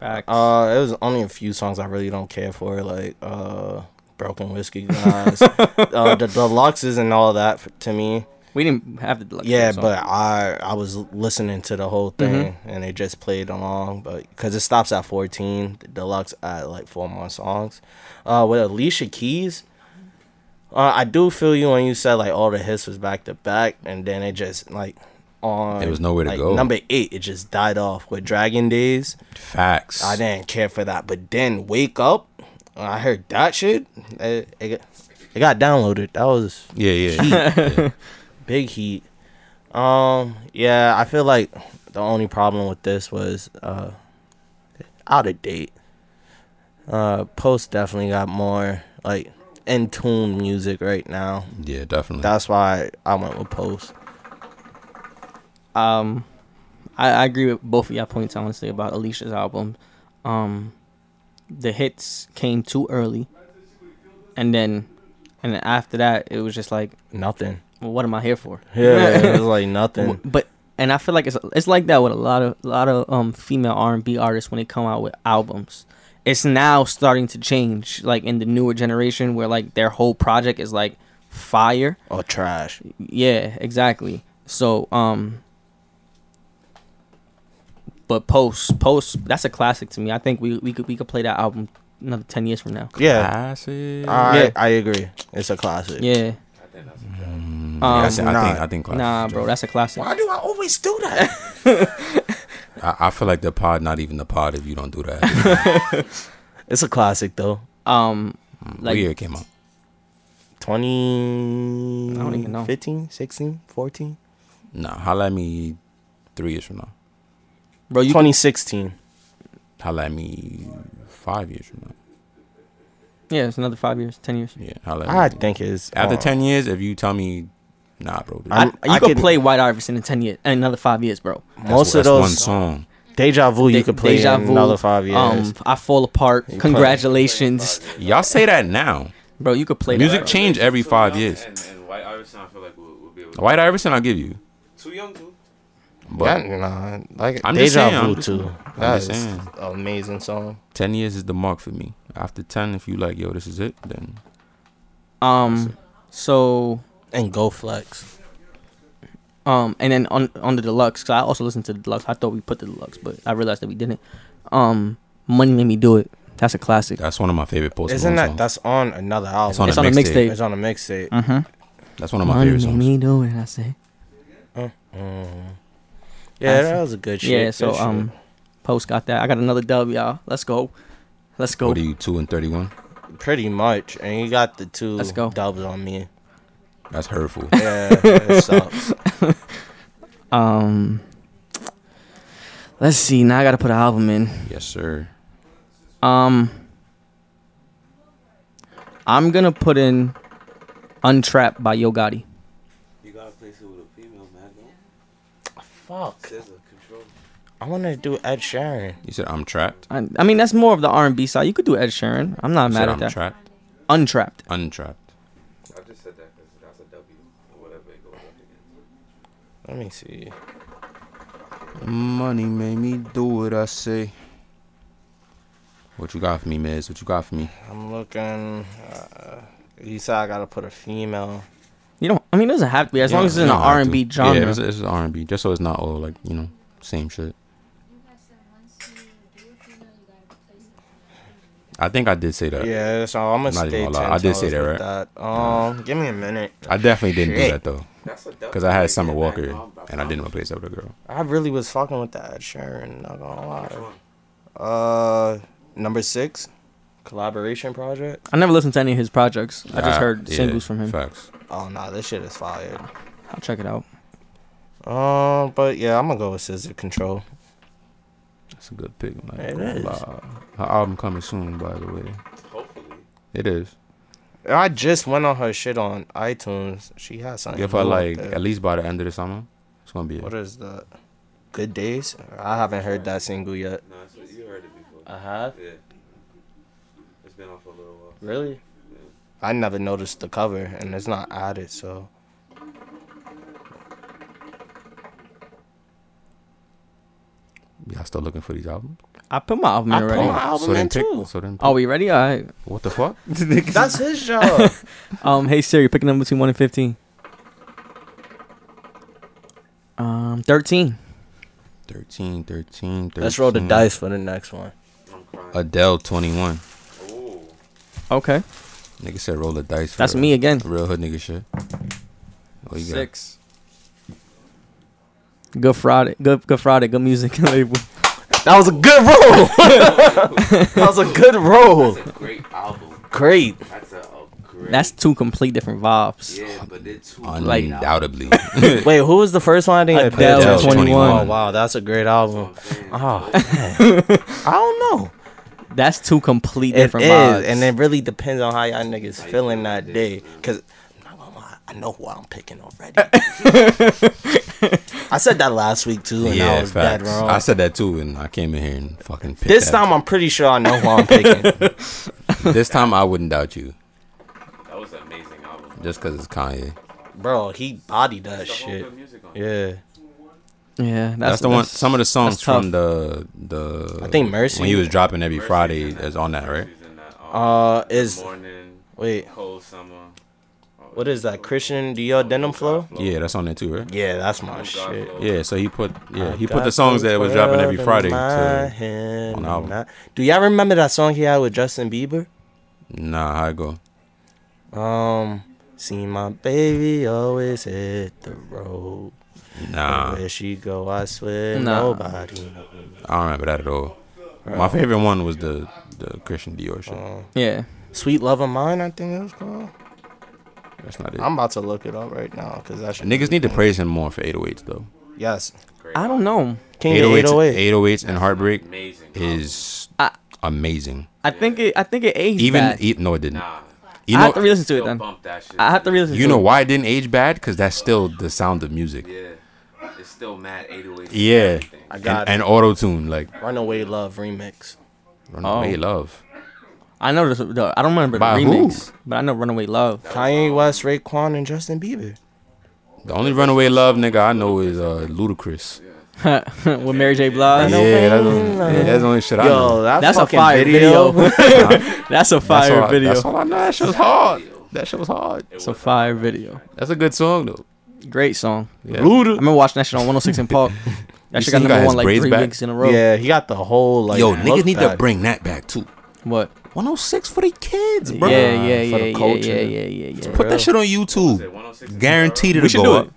Facts.
Uh, it was only a few songs I really don't care for, like uh, Broken Whiskey Glass, uh, the deluxes and all that f to me.
we didn't have the deluxe
Yeah,
song.
but I I was listening to the whole
Mm-hmm.
thing and it just played along, but because it stops at fourteen, the deluxe at like four more songs. Uh, with Alicia Keys, uh, I do feel you when you said like all the hits was back to back, and then it just like on
There was nowhere to
like,
go.
Number eight, it just died off with Dragon Days.
Facts.
I didn't care for that, but then Wake Up, when I heard that shit. It, it, got- it got downloaded. That was
Yeah, yeah. yeah.
big heat. Um, yeah, I feel like the only problem with this was uh out of date. Uh, Post definitely got more like in tune music right now.
Yeah, definitely.
That's why I went with Post.
Um, I, I agree with both of y'all points. Honestly, about Alicia's album, um, the hits came too early, and then, and then after that, it was just like,
Nothing.
well, what am I here for?
Yeah, it was like
W-
nothing.
But and I feel like it's it's like that with a lot of lot of um female R and B artists when they come out with albums. It's now starting to change, like in the newer generation, where like their whole project is like fire,
Or trash.
yeah, exactly. So, um, but post post that's a classic to me. I think we we could we could play that album another ten years from now.
Yeah,
Classic.
I
Yeah.
I agree. It's a classic.
Yeah,
I think that's a joke.
Um,
Mm, I, think, I think
nah.
I think classic.
nah, bro, that's a classic.
do I always do that?
I, I feel like the pod, not even the pod, if you don't do that.
It's a classic though.
Um,
like,
Like-
what year it came out?
20
I don't even know.
15 16 14
Nah, holla at me three years from now.
bro, you
2016
Holla at me five years from now.
yeah, it's another five years, ten years.
Yeah, holla at
I
me.
think it's
After
uh,
10 years, if you tell me, nah, bro, this-
I- I'm-
you could
could-
play White Iverson in ten years, another five years, bro.
that's-
most of
that's one
those
song.
deja vu you
De-
could play in
Deja Vu,
another five years
Um, I fall apart.
You play-
Congratulations,
Y'all say that now.
bro. You could play
Music
that.
change
Too
every
young
five years.
And, and White Iverson, I feel like we'll, we'll be able to.
White Iverson, I'll give you.
Too young too.
But
That- nah, like
I'm just
deja
saying,
vu
I'm just-
too
I'm
that
just
is
saying.
an amazing song
10 years is the mark for me. After 10, if you like, yo, this is it, then
Um, so
and go flex
Um, and then on on the deluxe, 'cause I also listened to the deluxe. I thought we put the deluxe, but I realized that we didn't. Um, money made me do it. That's a classic.
that's one of my favorite posts.
isn't that that's on another album
It's on
It's
a
on a
mixtape.
mixtape.
It's on a mixtape
Mm-hmm.
That's one of my
Money
favorite
made me
songs.
do it. I say.
Mhm. yeah
That's-
that was a good shit
yeah.
good
So
shit.
um, post got that. I got another dub, y'all. Let's go. Let's go.
What are you, 2 and 31?
pretty much and you got the 2
Let's go.
dubs on me
That's hurtful.
yeah it sucks
um, let's see. Now I gotta put an album in.
yes, sir.
Um, I'm gonna put in "Untrapped" by Yo Gotti.
You gotta place it with a female man. Don't
fuck
scissor control.
I want to do Ed Sheeran
You said I'm trapped.
I, I mean, that's more of the R&B side. You could do Ed Sheeran. I'm not
You
mad
said
at
I'm
that.
trapped.
Untrapped.
Untrapped.
I just said that because that's a W or whatever it goes up against.
let me see
Money made me do what I say. What you got for me, Miz? What you got for me?
I'm looking. Uh, you said I gotta put a female.
You don't. I mean, it doesn't have to be as long as it's in
No,
an
I
R
have
and B
to.
genre.
Yeah, it's, it's R&B. Just so it's not all like, you know, same shit.
You guys said once you do a female, you gotta replace it.
I think I did say that.
Yeah, so I'm gonna
Not even
stay
gonna
ten
lie, I did say
toes
that,
with
right?
that. Um, give me a minute.
I definitely didn't do
Shit.
that though,
That's a W.
because I had
Like,
Summer
and
Walker
bomb, bro.
and I didn't replace that with a girl.
I really was fucking with that Ed Sheeran. Not gonna
Which
lie.
one?
Uh, number six, collaboration project.
I never listened to any of his projects. I just heard
Ah, yeah,
singles from him.
Facts.
Oh nah, this shit is fire.
I'll check it out.
Um, but yeah, I'm gonna go with Scissor Control.
That's a good pick. I'm not
It
gonna
is.
lie. Her album coming soon, by the way.
Hopefully.
It is.
I just went on her shit on iTunes. She has something.
Give her
new up
like
there.
at least by the end of the summer, it's gonna be.
what
It.
is that? Good Days. I haven't heard that single yet.
No, it's, you heard it before.
Uh.
I have.
yeah. It's been on for a little while.
Really? I never noticed the cover, and it's not added, so.
Y'all still looking for these albums? Oh,
I put my album in
I put
already.
my album
so then
in
pick,
too.
So then
Are
pick-
Oh, we ready? All right.
What the fuck?
That's his job.
Um. Hey Siri, pick a number between one and fifteen. Um. Thirteen.
13, 13, 13.
Let's roll the dice for the next one.
I'm crying.
Adele 21.
Ooh.
Okay.
Nigga said roll the dice. For
That's
real.
me again.
Oh, Real hood nigga shit. What you got?
Six. Good Friday. Good Good Friday. Good music label.
That was a good roll. that was a good roll.
That's a great album.
Great.
That's a, a great.
That's two complete different vibes.
yeah, but they're two
Uh,
great albums.
Undoubtedly.
Wait, who was the first one? I think I played
Adele,
that one.
21.
Oh wow, that's a great album. Oh, man. I don't know.
That's two complete
It is,
different vibes.
and it really depends on how y'all niggas feeling that day. Cause I'm not gonna lie, I know who I'm picking already. I said that last week too, and I
yeah,
was dead
facts. I
wrong.
said that too, and I came in here and fucking picked
This
that.
time, I'm pretty sure I know who I'm picking.
this time I wouldn't doubt you,
That was an amazing album.
just because it's Kanye.
Bro, he bodied that
That's the whole
shit.
good music on it.
Yeah.
yeah, that's,
That's, the one. Some of the songs
that's tough.
from the the.
I think Mercy.
when he was dropping every
Mercy's
Friday
in that-
is on that, right?
Mercy's in that, um,
Uh, is
morning,
wait,
cold summer. Oh,
what is that? Christian Dior Denim Flow?
Yeah, that's on there too, right?
Yeah, that's my shit.
Yeah, so he put yeah
I
he
got
put the songs that was dropping every
world
Friday.
in my
To,
hand
on the album.
and I- Do y'all remember that song he had with Justin Bieber?
nah, how it go?
Um, see my baby always hit the road.
Nah,
Where she go, I swear
Nah.
nobody.
I don't remember that at all. My favorite one was the the Christian Dior shit.
yeah.
Sweet love of mine, I think it was called.
That's not it.
I'm about to look it up right now because that shit.
Niggas need to praise him more for 808s though.
Yes,
I don't know.
King of
808s,
808.
808s and Heartbreak
Amazing. album.
is
I-
amazing.
I think it. I think it aged
Even
bad.
e- no, it didn't.
Nah,
You
I have to
know,
re-listen to it
still
then.
bump that shit.
I have to re-listen.
you
to
know
it.
why it didn't age bad? Cause that's still the sound of music.
Yeah, it's still mad 808.
Yeah,
I
and,
got it.
and auto tune like
Runaway Love remix.
Runaway Love.
I know this. The, I don't remember the
By who?
remix, but I know "Runaway Love."
Kanye West, Raekwon, and Justin Bieber.
The only Runaway Love nigga I know is uh, Ludacris.
with Mary J. Blige.
Yeah, that's, the- yeah, that's the only shit I know.
Yo, that
That's a
fucking
fire video.
video.
that's a
That's
fire
all I-
video.
That's all I know. That shit was hard. That shit was hard.
it's a fire video.
That's a good song though.
Great song.
Yeah.
I remember watching that shit on 106 in Park. That shit
seen
got
he got
number
his
one like
braids
three
back?
weeks in a row.
Yeah, he got the whole like.
Yo,
look
niggas need to
back.
bring that back too.
What?
106 for the kids, bro.
Yeah, yeah,
for
yeah,
the
yeah,
culture.
yeah, yeah, yeah, yeah.
Put that shit on YouTube.
oh
Guaranteed
We
it'll
should
go
do
up.
it.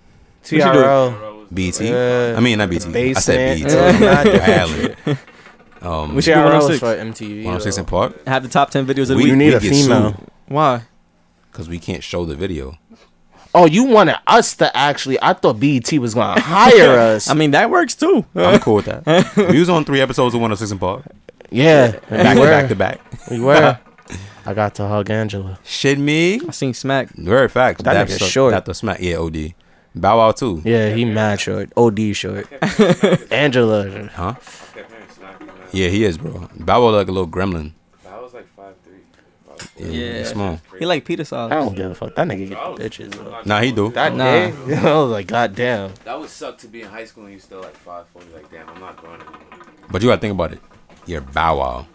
We should do it.
TRL.
BT.
Yeah.
I mean, not BT. I said BT.
Basement. Yeah.
Rhode Island. Um,
We should do
TRL
106.
is for MTV.
106
though.
in Park.
Have the top 10 videos of the
We-
week.
You need
we
a
get
female.
Why?
Because we can't show the video.
Oh, you wanted us to actually? I thought BET was gonna hire us.
I mean, that works too.
I'm cool with that. we was on three episodes of 106 in Park.
yeah,
Back
we
to
were.
back to back.
We were. I got to hug Angela.
Shit me.
I seen Smack.
Very fact.
That nigga
the-
short.
That the smack. Yeah, OD. Bow Wow too.
Yeah, he mad short. OD short. Angela.
Huh? Yeah, he is, bro. Bow Wow like a little gremlin.
I was like five three.
Yeah.
Yeah.
He's small.
He like Peter size.
I don't give a fuck. That nigga get the bitches. Bro.
Nah, he do.
That
Nah.
day, I was like, God damn.
That would suck to be in high school and you still like five four. You're like, damn, I'm not growing anymore.
But you gotta think about it. You're Bow Wow.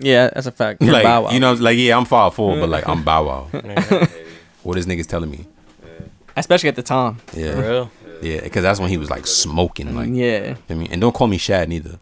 Yeah, that's a fact. You're
Like,
Bow Wow.
you know, like, yeah, I'm 5'4, but like, I'm Bow Wow.
Man,
what this nigga's telling me.
Especially at the time.
for
Yeah.
real.
Yeah, because that's when he was like smoking. Like,
Yeah.
I mean, and don't call me Shad neither.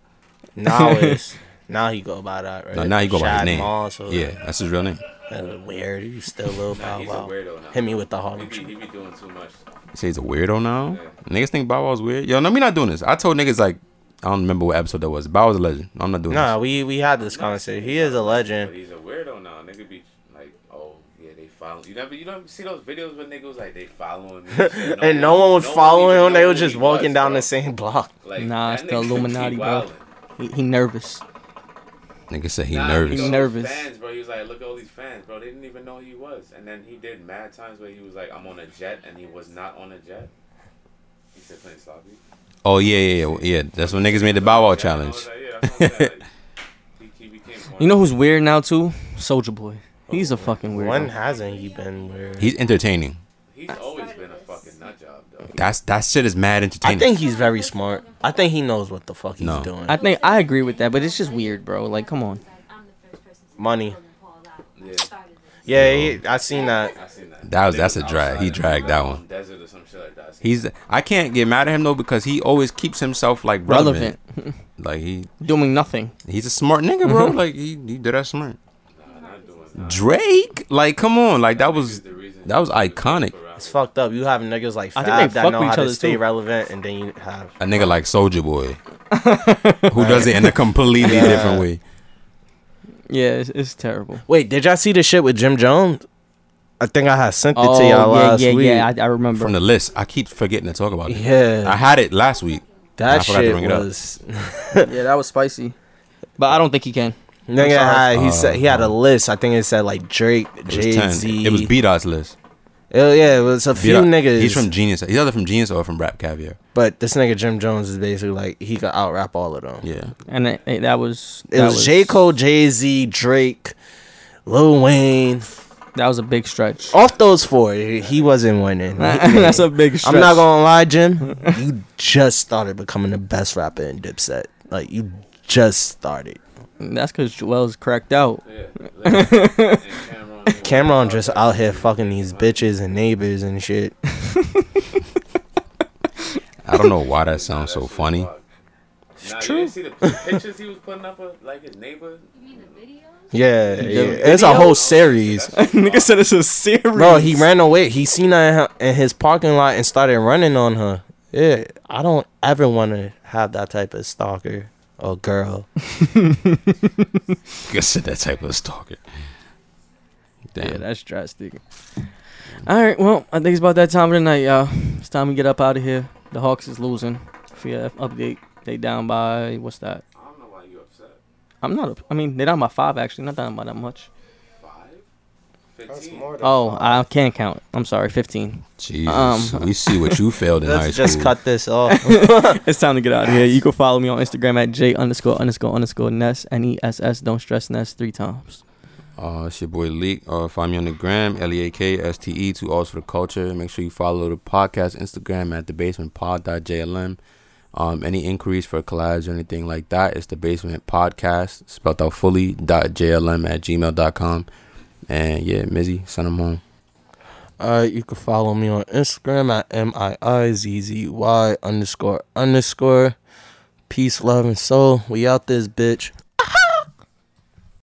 Now it's now he go by that. Right?
No, now he go by his
Shad
name.
Moss or-
yeah, that's his real name.
Uh, weird. You still little
Nah,
bow
he's
Oh, wow.
a weirdo now.
Hit me with the Harlem
He be, he
Shake.
be doing too much.
You say he's a weirdo now. Niggas think Bow Wow's weird. Yo, no, me not doing this. I told niggas like, I don't remember what episode that was. Bow Wow's a legend. I'm not doing
Nah, we we had this conversation. He is a
But
legend.
he's a weirdo now. Nigga be like, oh yeah, they follow. You never, you don't see those videos where niggas like they following me.
And no one would follow
even
him. They
know
were
who
just
he
walking
was,
down
bro.
the same block.
Like,
Nah, it's
that
the
nigga keep
Illuminati, bro.
wildin'.
He, he nervous.
this. Niggas said he
Nah,
nervous.
he
look at all these
nervous.
Fans, bro. He was like, look at all these fans, bro. They didn't even know who he was. And then he did mad times where he was like, I'm on a jet, and he was not on a jet. He said playing sloppy.
Oh yeah, yeah, yeah, yeah. That's when niggas made the Bow Wow
And I
challenge.
was like, yeah, that's what I'm saying. Like, he, he became
You know who's weird now too? Soldier Boy. He's a fucking weirdo.
When hasn't he been weird?
He's entertaining.
he's always been a fucking nut job, though.
That's that shit is mad
I
entertaining.
think he's very smart. I think he knows what the fuck he's
No.
doing.
I think I agree with that, but it's just weird, bro. Like, come on.
I'm the first person to
Money.
Yeah,
started this.
Yeah, he, I seen that.
I seen that.
That was-
Niggas
that's a drag. He
outside
dragged that one.
in the Desert or some shit like that. I seen
he's. I can't get mad at him though because he always keeps himself like relevant.
Relevant.
Like he
Doing nothing.
he's a smart nigga, bro.
Mm-hmm.
Like he he did that smart.
that. Not doing that.
Drake, like come on, like that was
The reason
that was iconic.
It's fucked up. You have niggas like
I
Fab
think they
that
fuck
know
with
how
each
to
other,
stay
too.
relevant, and then you have
A nigga like Soldier Boy, who does it in a completely
Yeah.
different way.
Yeah, it's, it's terrible.
Wait, did y'all see the shit with Jim Jones? I think I had sent it to
Oh, yeah,
y'all last
yeah,
week.
yeah. I, I remember.
From the list, I keep forgetting to talk about it.
Yeah.
I had it last week.
that
I forgot to
shit
bring it up.
was
yeah, that was spicy. But I don't think he can.
nigga
sorry.
had he said he had a
Uh,
list. I think it said like Drake,
It was
Jay
10.
Z.
It was B Dot's list.
Oh yeah, it was a few
B-Dot-
niggas.
He's from Genius. He's either from Genius or from Rap Caviar.
but this nigga Jim Jones is basically like he could out rap all of them.
Yeah.
And it, it- that was
It
that
was, J Cole, Jay Z, Drake, Lil Wayne.
That was a big stretch.
Off those four, he he wasn't winning.
That's a big stretch.
I'm not gonna lie, Jim. You just started becoming the best rapper in Dipset. Like you just started.
That's because Joel's cracked out.
Yeah. and Cameron,
Cameron just out here fucking these bitches and neighbors and shit.
I don't know why that sounds so funny.
Nah, you didn't see the pictures he was putting up of like his neighbor.
You mean the videos?
Yeah,
yeah.
it's a whole series.
Nigga said it's a series.
Bro, he ran away. He seen her in her in his parking lot and started running on her. Yeah, I don't ever want to have that type of stalker or girl.
You said that type of stalker.
Yeah,
Damn.
that's drastic. All right, well, I think it's about that time of the night, y'all. It's time we get up out of here. The Hawks is losing. For your update, they down by what's that?
I don't know why you upset.
I'm not. up- I mean, they down by five actually. Not down by that much.
Five? Fifteen?
Oh, I can't count. I'm sorry, 15.
Jesus.
Um,
we see what you failed in high
Let's
school.
just cut this off.
It's time to get out of here. You can follow me on Instagram at j underscore underscore underscore ness n e s s. Don't stress ness three times.
Uh, it's your boy Leak. Uh, find me on the gram, L E A K S T E, two R's for the culture. Make sure you follow the podcast Instagram at the basement pod.jlm. Um, any inquiries for collabs or anything like that, it's the basement podcast, spelled out fully, dot JLM at gmail.com. And yeah, Mizzy, send them home.
Uh, you can follow me on Instagram at M I I Z Z Y underscore underscore. Peace, love, and soul. We out this bitch.